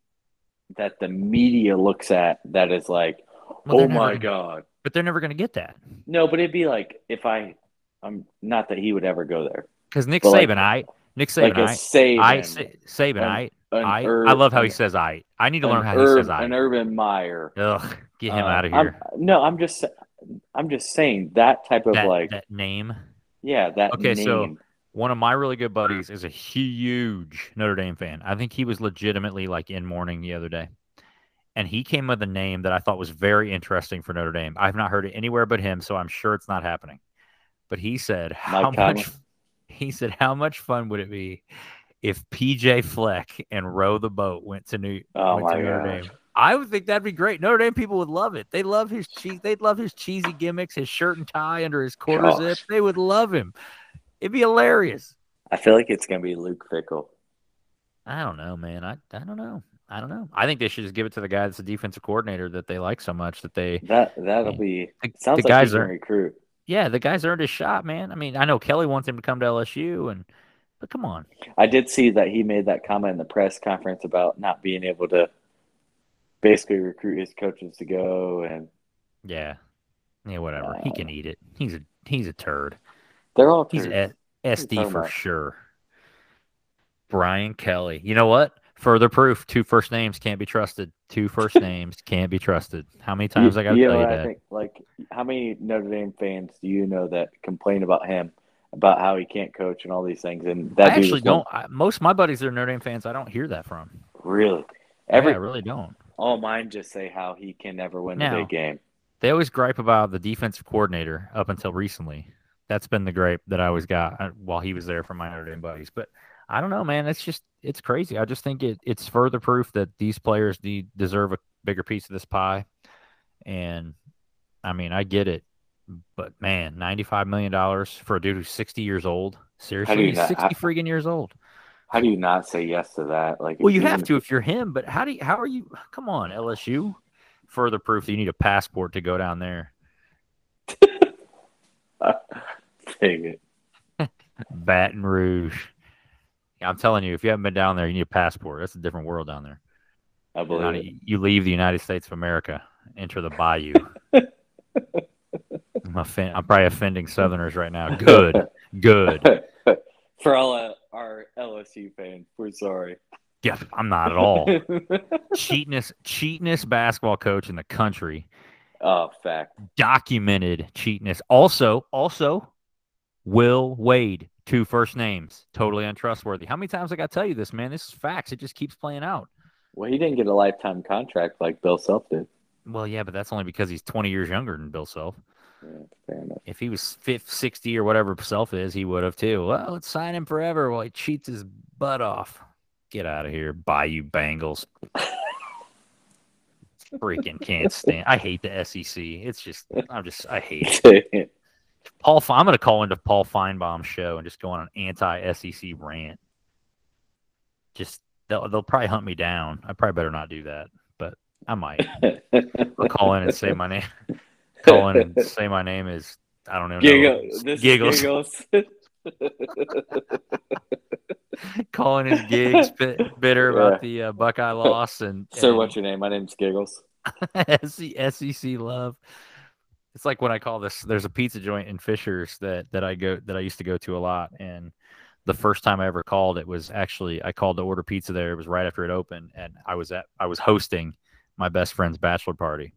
Speaker 3: that the media looks at that is like,
Speaker 4: Well,
Speaker 3: oh
Speaker 4: they're never
Speaker 3: my
Speaker 4: gonna-
Speaker 3: god.
Speaker 4: But they're never gonna get that.
Speaker 3: No, but it'd be like if I, I'm not that he would ever go there.
Speaker 4: Because Nick
Speaker 3: But, like-
Speaker 4: Saban, I Nick
Speaker 3: Like
Speaker 4: Saban,
Speaker 3: a save
Speaker 4: I, I Sa- Saban,
Speaker 3: an
Speaker 4: I,
Speaker 3: an
Speaker 4: I,
Speaker 3: Ur-
Speaker 4: I love how he
Speaker 3: an-
Speaker 4: says I. I need to
Speaker 3: an
Speaker 4: learn how
Speaker 3: Urb-
Speaker 4: he says I.
Speaker 3: an Urban Meyer.
Speaker 4: Ugh, get him
Speaker 3: Uh,
Speaker 4: out of
Speaker 3: I'm-
Speaker 4: here.
Speaker 3: no, I'm just, I'm just saying that type of
Speaker 4: That,
Speaker 3: like,
Speaker 4: that name.
Speaker 3: yeah, that
Speaker 4: Okay,
Speaker 3: name.
Speaker 4: so- One of my really good buddies is a huge Notre Dame fan. I think he was legitimately like in mourning the other day. And he came with a name that I thought was very interesting for Notre Dame. I've not heard it anywhere but him, so I'm sure it's not happening. But he said, How much
Speaker 3: Conley.
Speaker 4: he said, How much fun would it be if PJ Fleck and Row the Boat went to New
Speaker 3: Oh
Speaker 4: went to
Speaker 3: my
Speaker 4: Notre
Speaker 3: gosh.
Speaker 4: Dame? I would think that'd be great. Notre Dame people would love it. They love his cheese. They'd love his cheesy gimmicks, his shirt and tie under his quarter
Speaker 3: Gosh.
Speaker 4: zip. They would love him. It'd be hilarious.
Speaker 3: I feel like it's gonna be Luke Fickle.
Speaker 4: I don't know, man. I, I don't know. I don't know. I think they should just give it to the guy that's the defensive coordinator that they like so much that they
Speaker 3: That that'll be
Speaker 4: the,
Speaker 3: sounds
Speaker 4: the
Speaker 3: like
Speaker 4: guys
Speaker 3: he can
Speaker 4: are
Speaker 3: recruit.
Speaker 4: yeah, the guys earned his shot, man. I mean, I know Kelly wants him to come to LSU and but come on.
Speaker 3: I did see that he made that comment in the press conference about not being able to basically recruit his coaches to go and
Speaker 4: Yeah. Yeah, whatever. he can eat it. He's a he's a turd.
Speaker 3: they're all
Speaker 4: He's
Speaker 3: turds.
Speaker 4: a,
Speaker 3: What are
Speaker 4: SD
Speaker 3: you talking
Speaker 4: for
Speaker 3: about?
Speaker 4: sure. Brian Kelly. You know what? Further proof: two first names can't be trusted. Two first names can't be trusted. How many times I got to
Speaker 3: You know
Speaker 4: tell you
Speaker 3: what I
Speaker 4: that?
Speaker 3: think, like, how many Notre Dame fans do you know that complain about him, about how he can't coach and all these things? And
Speaker 4: I
Speaker 3: that dude
Speaker 4: actually
Speaker 3: was one-
Speaker 4: don't. I, most of my buddies that are Notre Dame fans. I don't hear that from.
Speaker 3: really. Every
Speaker 4: Yeah, I really don't.
Speaker 3: all mine just say how he can never win
Speaker 4: Now.
Speaker 3: the big game.
Speaker 4: They always gripe about the defensive coordinator up until recently. That's been the gripe that I always got uh, while he was there from my Notre Dame buddies. But I don't know, man. It's just it's crazy. I just think it it's further proof that these players de- deserve a bigger piece of this pie. And I mean, I get it, but man, ninety five million dollars for a dude who's sixty years old.
Speaker 3: do
Speaker 4: Seriously,
Speaker 3: you
Speaker 4: he's
Speaker 3: not-
Speaker 4: sixty
Speaker 3: I-
Speaker 4: freaking years old.
Speaker 3: How do you not say yes to that? Like,
Speaker 4: Well, you
Speaker 3: even-
Speaker 4: have to if you're him. But how do you? How are you? Come on, LSU. Further proof that you need a passport to go down there.
Speaker 3: Dang it.
Speaker 4: Baton Rouge. I'm telling you, if you haven't been down there, you need a passport. That's a different world down there.
Speaker 3: I
Speaker 4: You're not- e
Speaker 3: believe it.
Speaker 4: you leave the United States of America, enter the bayou. I'm, offen- I'm probably offending Southerners right now. Good, good.
Speaker 3: For all uh, our LSU fans, we're sorry.
Speaker 4: Yeah, I'm not at all. Cheatiness, cheatiness basketball coach in the country.
Speaker 3: oh, fact.
Speaker 4: documented cheatness. Also, also, Will Wade, two first names, totally untrustworthy. How many times I got to tell you this, man? This is facts. It just keeps playing out.
Speaker 3: Well, he didn't get a lifetime contract like Bill Self did.
Speaker 4: Well, yeah, but that's only because he's 20 years younger than Bill Self.
Speaker 3: Yeah, fair enough.
Speaker 4: If he was fifth, 60 or whatever Self is, he would have too. Well, let's sign him forever while he cheats his butt off. Get out of here, Bayou Bengals. Freaking can't stand. I hate the SEC. It's just, I'm just, I hate it. Paul, Fe- I'm going to call into Paul Feinbaum's show and just go on an anti-SEC rant. Just they'll they'll probably hunt me down. I probably better not do that, but I might I'll call in and say my name. call in and say my name is I don't know.
Speaker 3: Giggle.
Speaker 4: no,
Speaker 3: This
Speaker 4: giggles.
Speaker 3: giggles.
Speaker 4: Calling his gigs bit, bitter
Speaker 3: Yeah.
Speaker 4: about the uh, Buckeye loss and
Speaker 3: Sir,
Speaker 4: and
Speaker 3: what's your name? My name's Giggles.
Speaker 4: SEC, SEC E love. It's like when I call this. There's a pizza joint in Fishers that that I go that I used to go to a lot, and the first time I ever called, it was actually I called to order pizza there. It was right after it opened, and I was at I was hosting my best friend's bachelor party,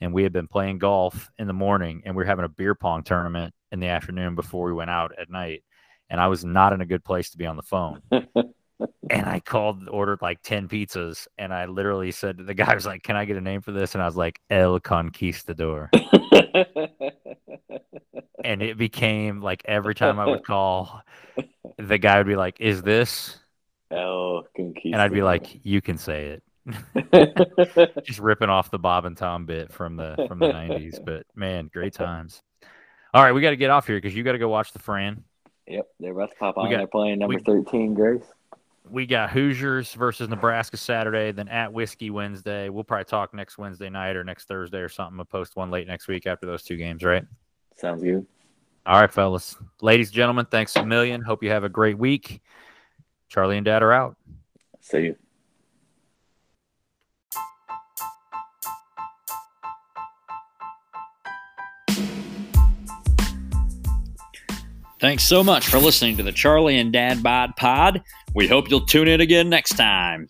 Speaker 4: and we had been playing golf in the morning, and we were having a beer pong tournament in the afternoon before we went out at night, and I was not in a good place to be on the phone and I called ordered like 10 pizzas and I literally said to the guy I was like, "Can I get a name for this?" and I was like, "El Conquistador." and it became like every time I would call, the guy would be like, "Is this?"
Speaker 3: El Conquistador.
Speaker 4: and I'd be like, "You can say it." Just ripping off the Bob and Tom bit from the from the 90s, but man, great times. All right, we got to get off here cuz you got to go watch the Fran.
Speaker 3: yep, they're about to pop
Speaker 4: We
Speaker 3: on.
Speaker 4: got-
Speaker 3: they're playing number
Speaker 4: we-
Speaker 3: 13, Grace.
Speaker 4: we got Hoosiers versus Nebraska Saturday, then at Whiskey Wednesday. We'll probably talk next Wednesday night or next Thursday or something. I'll post one late next week after those two games, right?
Speaker 3: Sounds good.
Speaker 4: All right, fellas. Ladies and gentlemen, thanks a million. Hope you have a great week. Charlie and Dad are out.
Speaker 3: See you.
Speaker 1: Thanks so much for listening to the Charlie and Dad Bod Pod. We hope you'll tune in again next time.